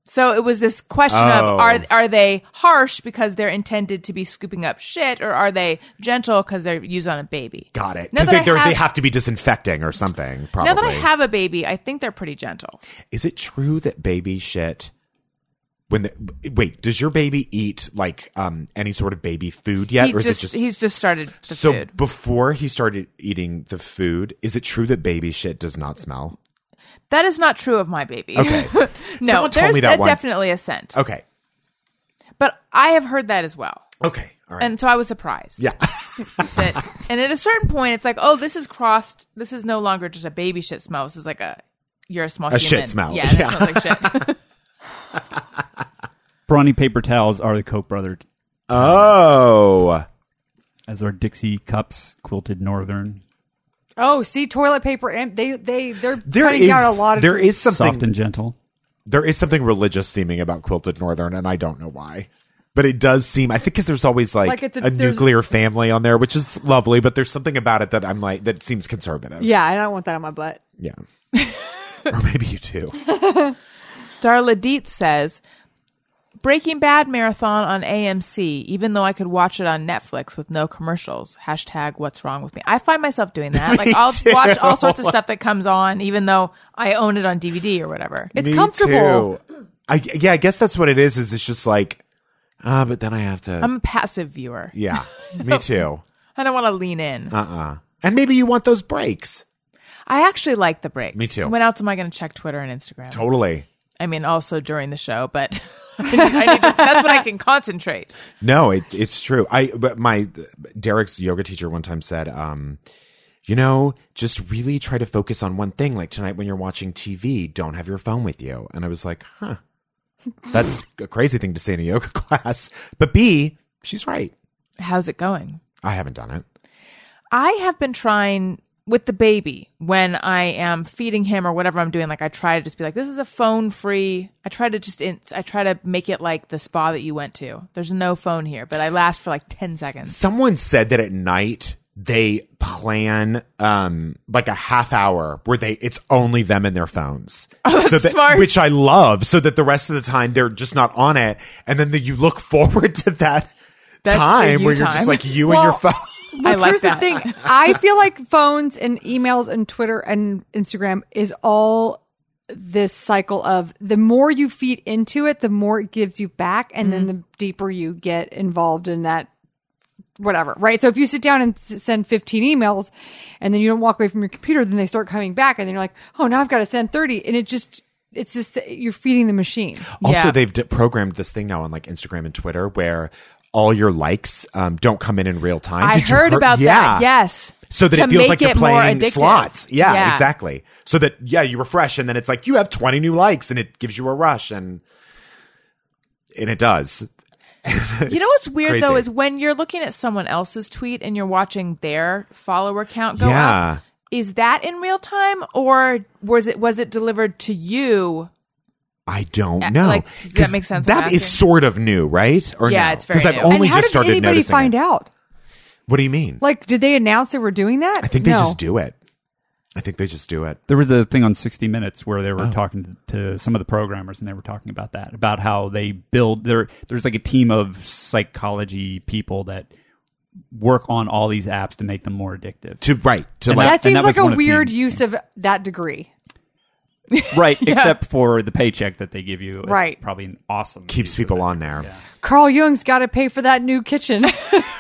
Speaker 1: So it was this question
Speaker 3: Oh.
Speaker 1: of are are they harsh because they're intended to be scooping up shit, or are they gentle because they're used on a baby?
Speaker 3: Got it.
Speaker 1: Now
Speaker 3: Because
Speaker 1: that
Speaker 3: they,
Speaker 1: I
Speaker 3: they're-
Speaker 1: have,
Speaker 3: they have to be disinfecting or something, probably.
Speaker 1: now that I have a baby, I think they're pretty gentle.
Speaker 3: Is it true that baby shit? When the, wait, does your baby eat like um any sort of baby food yet,
Speaker 1: he
Speaker 3: or is
Speaker 1: just,
Speaker 3: it just
Speaker 1: he's just started the
Speaker 3: so
Speaker 1: food.
Speaker 3: before he started eating the food? Is it true that baby shit does not smell?
Speaker 1: That is not true of my baby.
Speaker 3: Okay.
Speaker 1: no,
Speaker 3: Someone told
Speaker 1: there's
Speaker 3: me that
Speaker 1: that
Speaker 3: once. Oh.
Speaker 1: definitely a scent.
Speaker 3: Okay,
Speaker 1: But I have heard that as well.
Speaker 3: okay, all right,
Speaker 1: And so I was surprised.
Speaker 3: yeah.
Speaker 1: that and at a certain point it's like oh this is crossed this is no longer just a baby shit smell this is like a you're a small
Speaker 3: A
Speaker 1: human.
Speaker 3: shit smell.
Speaker 1: yeah, that
Speaker 3: Yeah.
Speaker 1: smells like shit
Speaker 4: Brawny paper towels are the Koch brothers,
Speaker 3: oh,
Speaker 4: as are Dixie cups, quilted northern,
Speaker 2: oh, see, toilet paper and they they they're
Speaker 3: there
Speaker 2: cutting
Speaker 3: is
Speaker 2: down a lot of.
Speaker 3: there is something
Speaker 4: soft and gentle.
Speaker 3: there is something religious seeming about quilted northern, and I don't know why. But it does seem, I think, because there's always like,
Speaker 2: Like it's a-
Speaker 3: a
Speaker 2: there's-
Speaker 3: nuclear family on there, which is lovely. But there's something about it that I'm like, that seems conservative.
Speaker 2: yeah, I don't want that on my butt.
Speaker 3: Yeah. or maybe you do.
Speaker 1: darla dietz says breaking bad marathon on amc even though i could watch it on netflix with no commercials hashtag what's wrong with me i find myself doing that like i'll
Speaker 3: too.
Speaker 1: watch all sorts of stuff that comes on even though i own it on dvd or whatever
Speaker 2: It's comfortable.
Speaker 3: Too. I yeah, I guess that's what it is. Is it's just like, ah, but then I have to.
Speaker 1: i'm a passive viewer
Speaker 3: yeah, me too.
Speaker 1: i don't want to lean in
Speaker 3: Uh uh And maybe you want those breaks.
Speaker 1: i actually like the breaks
Speaker 3: Me too.
Speaker 1: when else am i going to check twitter and instagram
Speaker 3: Totally.
Speaker 1: I mean, also during the show, but I need, I need to, that's when I can concentrate.
Speaker 3: No, it, it's true. I but my Derek's yoga teacher one time said, um, you know, just really try to focus on one thing. Like tonight when you're watching TV, don't have your phone with you. And I was like, huh, that's a crazy thing to say in a yoga class. But B, she's right.
Speaker 1: How's it going?
Speaker 3: I haven't done it.
Speaker 1: I have been trying with the baby when I am feeding him or whatever I'm doing. Like I try to just be like, this is a phone free. I try to just, in, I try to make it like the spa that you went to. There's no phone here, but I last for like 10 seconds.
Speaker 3: Someone said that at night they plan um like a half hour where they it's only them and their phones. so that,
Speaker 1: Oh, smart.
Speaker 3: Which I love, so that the rest of the time they're just not on it, and then the, you look forward to that
Speaker 1: That's your
Speaker 3: time
Speaker 1: you
Speaker 3: where you're just
Speaker 1: time.
Speaker 3: like you and
Speaker 2: Well,
Speaker 3: your phone.
Speaker 1: I like
Speaker 2: here's
Speaker 1: that.
Speaker 2: the thing. I feel like phones and emails and Twitter and Instagram is all this cycle of the more you feed into it, the more it gives you back, and then
Speaker 3: Mm-hmm.
Speaker 2: the deeper you get involved in that whatever right so if you sit down and s- send 15 emails and then you don't walk away from your computer then they start coming back and then you're like oh now i've got to send 30 and it just it's just you're feeding the machine
Speaker 3: Also,
Speaker 1: Yeah.
Speaker 3: they've d- programmed this thing now on like Instagram and Twitter where all your likes um, don't come in in real time.
Speaker 1: I
Speaker 3: Did you
Speaker 1: heard
Speaker 3: hear-
Speaker 1: about
Speaker 3: yeah.
Speaker 1: that. Yes.
Speaker 3: So that
Speaker 1: To
Speaker 3: it feels
Speaker 1: make
Speaker 3: like you're
Speaker 1: it more
Speaker 3: playing
Speaker 1: addictive.
Speaker 3: slots. Yeah, exactly. So that yeah, you refresh and then it's like you have 20 new likes and it gives you a rush and and it does.
Speaker 1: You know what's weird
Speaker 3: crazy.
Speaker 1: though is when you're looking at someone else's tweet and you're watching their follower count go
Speaker 3: Yeah.
Speaker 1: up. Is that in real time or was it was it delivered to you?
Speaker 3: I don't
Speaker 1: Uh,
Speaker 3: know.
Speaker 1: like, does that
Speaker 3: 'Cause
Speaker 1: make sense,
Speaker 3: That
Speaker 1: I'm
Speaker 3: is
Speaker 1: asking?
Speaker 3: sort of new, right? Or
Speaker 1: Yeah,
Speaker 3: no?
Speaker 1: it's very
Speaker 3: I've
Speaker 1: new.
Speaker 2: And
Speaker 3: only
Speaker 2: how
Speaker 3: just
Speaker 2: did
Speaker 3: started
Speaker 2: anybody
Speaker 3: noticing.
Speaker 2: find
Speaker 3: it.
Speaker 2: out?
Speaker 3: What do you mean?
Speaker 2: Like, did they announce they were doing that?
Speaker 3: I think they
Speaker 2: No.
Speaker 3: just do it. I think they just do it.
Speaker 4: There was a thing on 60 Minutes where they were talking to, to some of the programmers, and they were talking about that, about how they build their. There's like a team of psychology people that work on all these apps to make them more addictive.
Speaker 3: To right to
Speaker 4: And
Speaker 3: like
Speaker 2: That
Speaker 4: that-
Speaker 2: seems like
Speaker 4: was
Speaker 2: a
Speaker 4: one of the-
Speaker 2: weird use of that degree.
Speaker 4: right, except for the paycheck that they give you. It's
Speaker 2: Right.
Speaker 4: probably an awesome. use
Speaker 3: keeps
Speaker 4: of
Speaker 3: people
Speaker 4: that.
Speaker 3: on there.
Speaker 2: Carl Jung's got to pay for that new kitchen.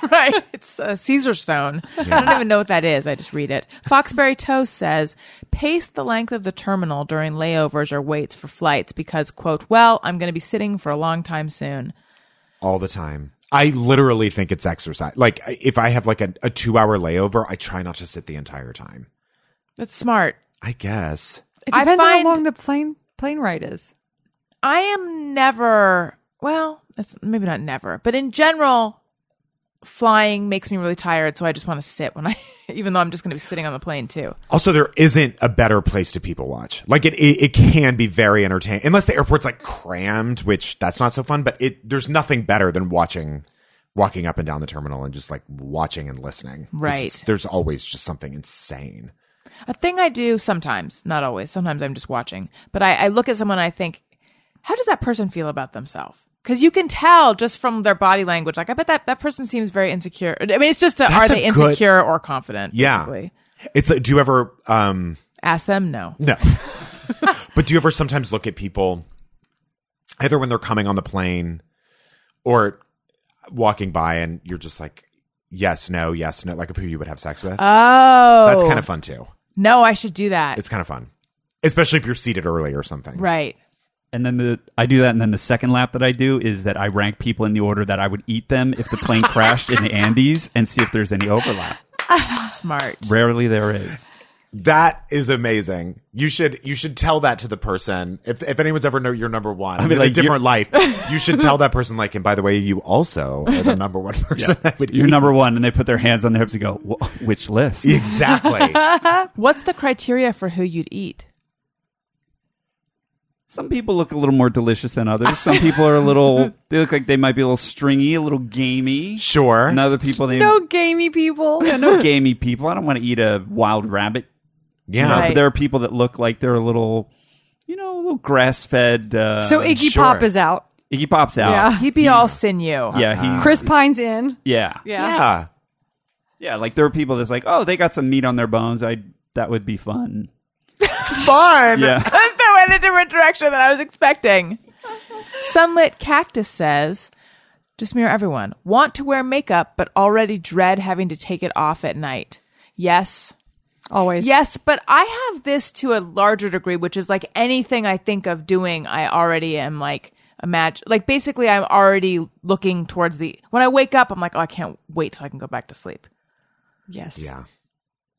Speaker 1: right. It's a Caesar stone. I don't even know what that is. I just read it. Foxberry Toast says, pace the length of the terminal during layovers or waits for flights because, quote, well, I'm going to be sitting for a long time soon.
Speaker 3: all the time. I literally think it's exercise. Like if I have like a, a two hour layover, I try not to sit the entire time.
Speaker 1: That's smart.
Speaker 3: I guess.
Speaker 2: It
Speaker 1: I
Speaker 2: depends on
Speaker 1: find-
Speaker 2: how long the plane plane ride is.
Speaker 1: I am never, well, that's maybe not never, but in general, flying makes me really tired. So I just want to sit when I, even though I'm just going to be sitting on the plane too.
Speaker 3: Also, there isn't a better place to people watch. Like it, it, it can be very entertaining, unless the airport's like crammed, which that's not so fun. But it, there's nothing better than watching, walking up and down the terminal and just like watching and listening. 'Cause
Speaker 1: Right.
Speaker 3: it's- There's always just something insane.
Speaker 1: A thing I do sometimes, not always. Sometimes I'm just watching, but I, I look at someone and I think, how does that person feel about themselves? Because you can tell just from their body language. Like, I bet that that person seems very insecure. I mean, it's just a, are
Speaker 3: That's a
Speaker 1: they
Speaker 3: good-
Speaker 1: insecure or confident?
Speaker 3: Yeah.
Speaker 1: basically.
Speaker 3: It's like, do you ever, um,
Speaker 1: Ask them. No.
Speaker 3: No. but do you ever sometimes look at people either when they're coming on the plane or walking by and you're just like, yes, no, yes, no, like of who you would have sex with?
Speaker 1: Oh,
Speaker 3: That's kind of fun too.
Speaker 1: No, I should do that.
Speaker 3: It's kind of fun. Especially if you're seated early or something.
Speaker 1: right.
Speaker 4: And then the I do that, and then the second lap that I do is that I rank people in the order that I would eat them if the plane crashed in the Andes, and see if there's any overlap.
Speaker 1: Smart.
Speaker 4: Rarely there is.
Speaker 3: That is amazing. You should you should tell that to the person. If if anyone's ever know your number one, I
Speaker 4: mean,
Speaker 3: mean, in
Speaker 4: like,
Speaker 3: a different life, you should tell that person like, and by the way, you also are the number one person. I would
Speaker 4: You're
Speaker 3: eat."
Speaker 4: number one, and they put their hands on their hips and go, "Wh- "Which list?"
Speaker 3: Exactly.
Speaker 1: What's the criteria for who you'd eat?
Speaker 4: Some people look a little more delicious than others. Some people are a little. They look like they might be a little stringy, a little gamey.
Speaker 3: Sure.
Speaker 4: And other people, they
Speaker 2: No gamey people.
Speaker 4: Yeah, no gamey people. I don't want to eat a wild rabbit.
Speaker 3: Yeah.
Speaker 4: You know,
Speaker 1: Right.
Speaker 4: but there are people that look like they're a little, you know, a little grass fed. Uh,
Speaker 2: So Iggy
Speaker 3: sure.
Speaker 2: Pop is out.
Speaker 4: Iggy Pop's
Speaker 3: Oh.
Speaker 4: out.
Speaker 2: Yeah.
Speaker 1: He'd be all sinew.
Speaker 4: Yeah, he-
Speaker 2: Chris Pine's in.
Speaker 4: yeah,
Speaker 3: Yeah.
Speaker 4: yeah. Like there are people that's like, oh, they got some meat on their bones. I that would be fun.
Speaker 3: Fun.
Speaker 4: Yeah,
Speaker 1: that went a different direction than I was expecting. Sunlit Cactus says, just mirror everyone. Want to wear makeup, but already dread having to take it off at night. Yes.
Speaker 2: Always.
Speaker 1: Yes, but I have this to a larger degree, which is like anything I think of doing, I already am like imagine like basically I'm already looking towards the when I wake up, I'm like, oh, I can't wait till I can go back to sleep.
Speaker 2: Yes.
Speaker 3: Yeah.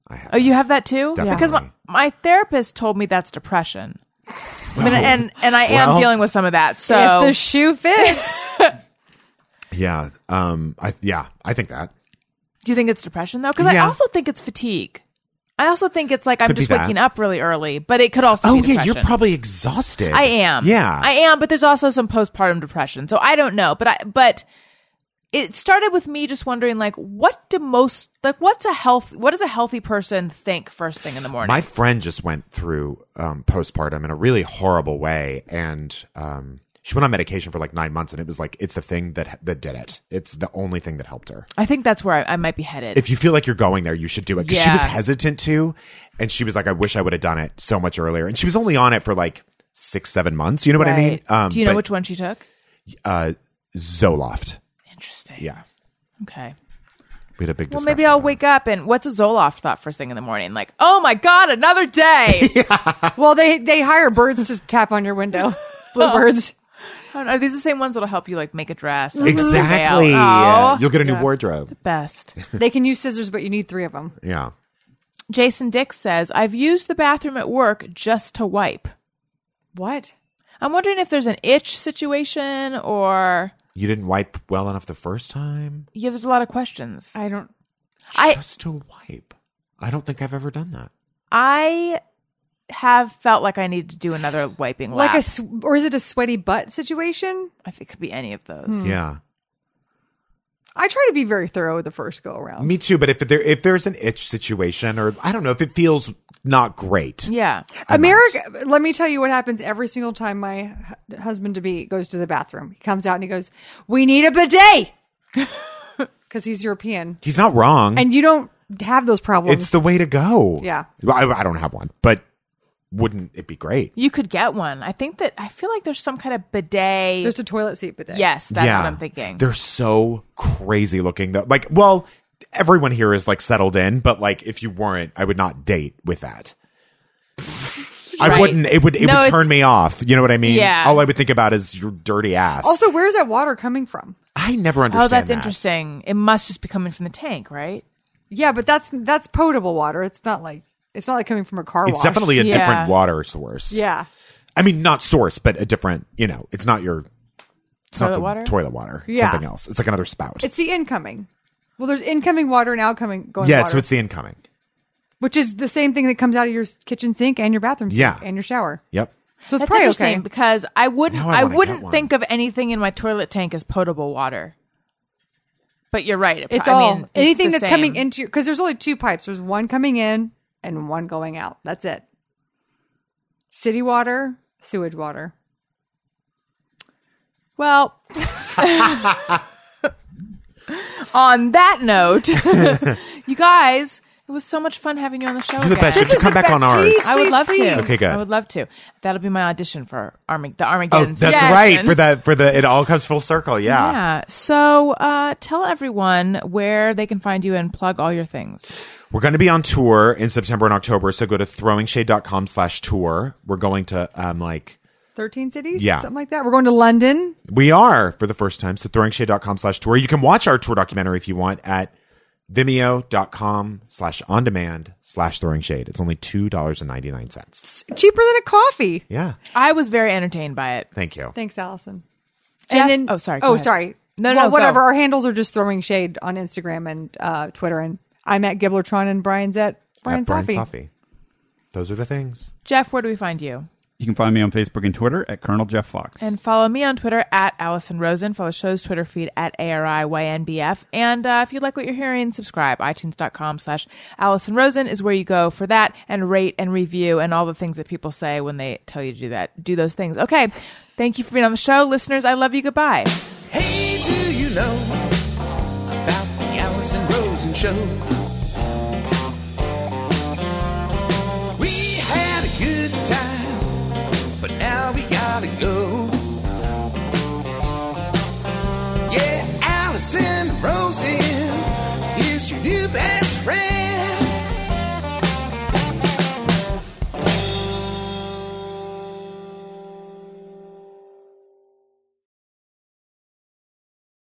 Speaker 3: I have.
Speaker 1: Oh, you have that too?
Speaker 3: Definitely.
Speaker 1: Because my, my therapist told me that's depression. I mean, and and I am
Speaker 3: Well.
Speaker 1: dealing with some of that. So
Speaker 2: If the shoe fits.
Speaker 3: Yeah. Um. I yeah. I think that.
Speaker 1: do you think it's depression though? Because I
Speaker 3: Yeah.
Speaker 1: also think it's fatigue. I also think it's like I'm
Speaker 3: Could be
Speaker 1: just
Speaker 3: that.
Speaker 1: waking up really early, but it could also. be depression.
Speaker 3: Oh, probably exhausted.
Speaker 1: I am.
Speaker 3: Yeah.
Speaker 1: I am. But there's also some postpartum depression, so I don't know. But I but it started with me just wondering like what do most like what's a health what does a healthy person think first thing in the morning?
Speaker 3: My friend just went through um, postpartum in a really horrible way, and um, she went on medication for like nine months, and it was like it's the thing that that did it. It's the only thing that helped her.
Speaker 1: I think that's where I, I might be headed.
Speaker 3: If you feel like you're going there, you should do it. 'Cause she
Speaker 1: Yeah.
Speaker 3: was hesitant to, and she was like, "I wish I would have done it so much earlier." And she was only on it for like six, seven months. You know what I mean? Um,
Speaker 1: Right. do you know
Speaker 3: but,
Speaker 1: which one she took?
Speaker 3: Uh, Zoloft.
Speaker 1: Interesting.
Speaker 3: Yeah,
Speaker 1: Okay.
Speaker 3: we had a big.
Speaker 1: Well, maybe
Speaker 3: discussion
Speaker 1: I'll
Speaker 3: about it.
Speaker 1: wake up and what's a Zoloft thought first thing in the morning? Like, oh my God, another day.
Speaker 2: Well, they they hire birds to tap on your window. Bluebirds.
Speaker 1: Are these the same ones that'll help you like make a dress? and put it in the mail?
Speaker 3: Exactly.
Speaker 1: Oh,
Speaker 3: You'll get a new wardrobe.
Speaker 1: best.
Speaker 2: they can use scissors, but you need three of them.
Speaker 3: Yeah.
Speaker 1: Jason Dix says, I've used the bathroom at work just to wipe.
Speaker 2: What?
Speaker 1: I'm wondering if there's an itch situation or
Speaker 3: You didn't wipe well enough the first time.
Speaker 1: Yeah, there's a lot of questions.
Speaker 2: I don't.
Speaker 1: I
Speaker 3: Just to wipe. I don't think I've ever done that.
Speaker 1: I have felt like I need to do another wiping
Speaker 2: Like
Speaker 1: lap.
Speaker 2: a, sw- or is it a sweaty butt situation?
Speaker 1: I think it could be any of those.
Speaker 3: Yeah.
Speaker 2: I try to be very thorough the first go around.
Speaker 3: Me too, but if there if there's an itch situation or I don't know, if it feels not great.
Speaker 1: Yeah.
Speaker 2: America, let me tell you what happens every single time my hu- husband to be goes to the bathroom. He comes out and he goes, "We need a bidet," because he's European,
Speaker 3: He's not wrong.
Speaker 2: and you don't have those problems.
Speaker 3: it's the way to go.
Speaker 2: Yeah.
Speaker 3: Well, I, I don't have one, but wouldn't it be great?
Speaker 1: You could get one. I think that I feel like there's some kind of bidet.
Speaker 2: There's a toilet seat bidet.
Speaker 1: yes, that's
Speaker 3: yeah.
Speaker 1: what I'm thinking.
Speaker 3: They're so crazy looking though. Like, well, everyone here is like settled in, but like if you weren't, I would not date with that. I
Speaker 1: Right.
Speaker 3: wouldn't it would it
Speaker 1: No,
Speaker 3: would
Speaker 1: it's-
Speaker 3: turn me off. You know what I mean?
Speaker 1: Yeah.
Speaker 3: All I would think about is your dirty ass.
Speaker 2: Also, where is that water coming from?
Speaker 3: I never understand.
Speaker 1: oh, that's
Speaker 3: that.
Speaker 1: interesting. It must just be coming from the tank, right?
Speaker 2: Yeah, but that's that's potable water. It's not like it's not like coming from a car
Speaker 3: It's
Speaker 2: wash.
Speaker 3: definitely a
Speaker 1: Yeah.
Speaker 3: different water source.
Speaker 2: yeah.
Speaker 3: I mean, not source, but a different, you know, it's not your it's not
Speaker 1: Toilet
Speaker 3: the
Speaker 1: water?
Speaker 3: toilet water. It's
Speaker 2: Yeah.
Speaker 3: something else. It's like another spout.
Speaker 2: It's the incoming. Well, there's incoming water and outgoing going
Speaker 3: yeah,
Speaker 2: water,
Speaker 3: so it's the incoming.
Speaker 2: which is the same thing that comes out of your s- kitchen sink and your bathroom sink
Speaker 3: Yeah.
Speaker 2: and your shower.
Speaker 3: Yep.
Speaker 2: So it's
Speaker 1: That's
Speaker 2: probably
Speaker 1: interesting
Speaker 2: okay.
Speaker 1: because I wouldn't
Speaker 3: Now I
Speaker 1: I,
Speaker 3: wanna get
Speaker 1: wouldn't
Speaker 3: one.
Speaker 1: think of anything in my toilet tank as potable water. But you're right. It, pro-
Speaker 2: It's
Speaker 1: I
Speaker 2: all
Speaker 1: mean, it's
Speaker 2: anything
Speaker 1: the
Speaker 2: that's coming
Speaker 1: same.
Speaker 2: into because there's only two pipes. There's one coming in and one going out. That's it. City water, sewage water.
Speaker 1: Well, on that note, you guys, it was so much fun having you on the show.
Speaker 3: You're the
Speaker 1: again.
Speaker 3: best. You should come back on ours.
Speaker 2: Please,
Speaker 1: I would
Speaker 2: please,
Speaker 1: love
Speaker 2: please.
Speaker 1: to.
Speaker 3: Okay, good.
Speaker 1: I would love to. That'll be my audition for Army the
Speaker 3: Oh,
Speaker 1: Armageddon.
Speaker 3: that's right. For the for the it all comes full circle. Yeah.
Speaker 1: Yeah. So uh, tell everyone where they can find you and plug all your things.
Speaker 3: We're going to be on tour in September and October, so go to throwingshade.com slash tour. We're going to um like
Speaker 2: 13 cities?
Speaker 3: Yeah.
Speaker 2: Something like that. We're going to London.
Speaker 3: we are for the first time, so throwingshade.com slash tour. You can watch our tour documentary if you want at vimeo.com slash on demand slash throwing shade. It's only two dollars and ninety nine cents.
Speaker 2: Cheaper than a coffee.
Speaker 3: Yeah.
Speaker 1: I was very entertained by it.
Speaker 3: Thank you.
Speaker 2: Thanks, Allison.
Speaker 1: Jeff-
Speaker 2: and then,
Speaker 1: oh, sorry, go
Speaker 2: Oh,
Speaker 1: ahead.
Speaker 2: sorry.
Speaker 1: No, no,
Speaker 2: Well,
Speaker 1: no, go.
Speaker 2: whatever. Our handles are just throwing shade on Instagram and uh, Twitter. And I'm at Gibblertron and Brian's at Brian
Speaker 3: At Brian
Speaker 2: Sophie.
Speaker 3: Sophie. Those are the things.
Speaker 1: Jeff, where do we find you?
Speaker 4: You can find me on Facebook and Twitter at Colonel Jeff Fox.
Speaker 1: And follow me on Twitter at Allison Rosen. Follow the show's Twitter feed at ARIYNBF. And uh, if you like what you're hearing, subscribe. iTunes.com slash Allison Rosen is where you go for that and rate and review and all the things that people say when they tell you to do that. Do those things. Okay. Thank you for being on the show. Listeners, I love you. Goodbye.
Speaker 5: Hey, do you know about the Allison Rosen show?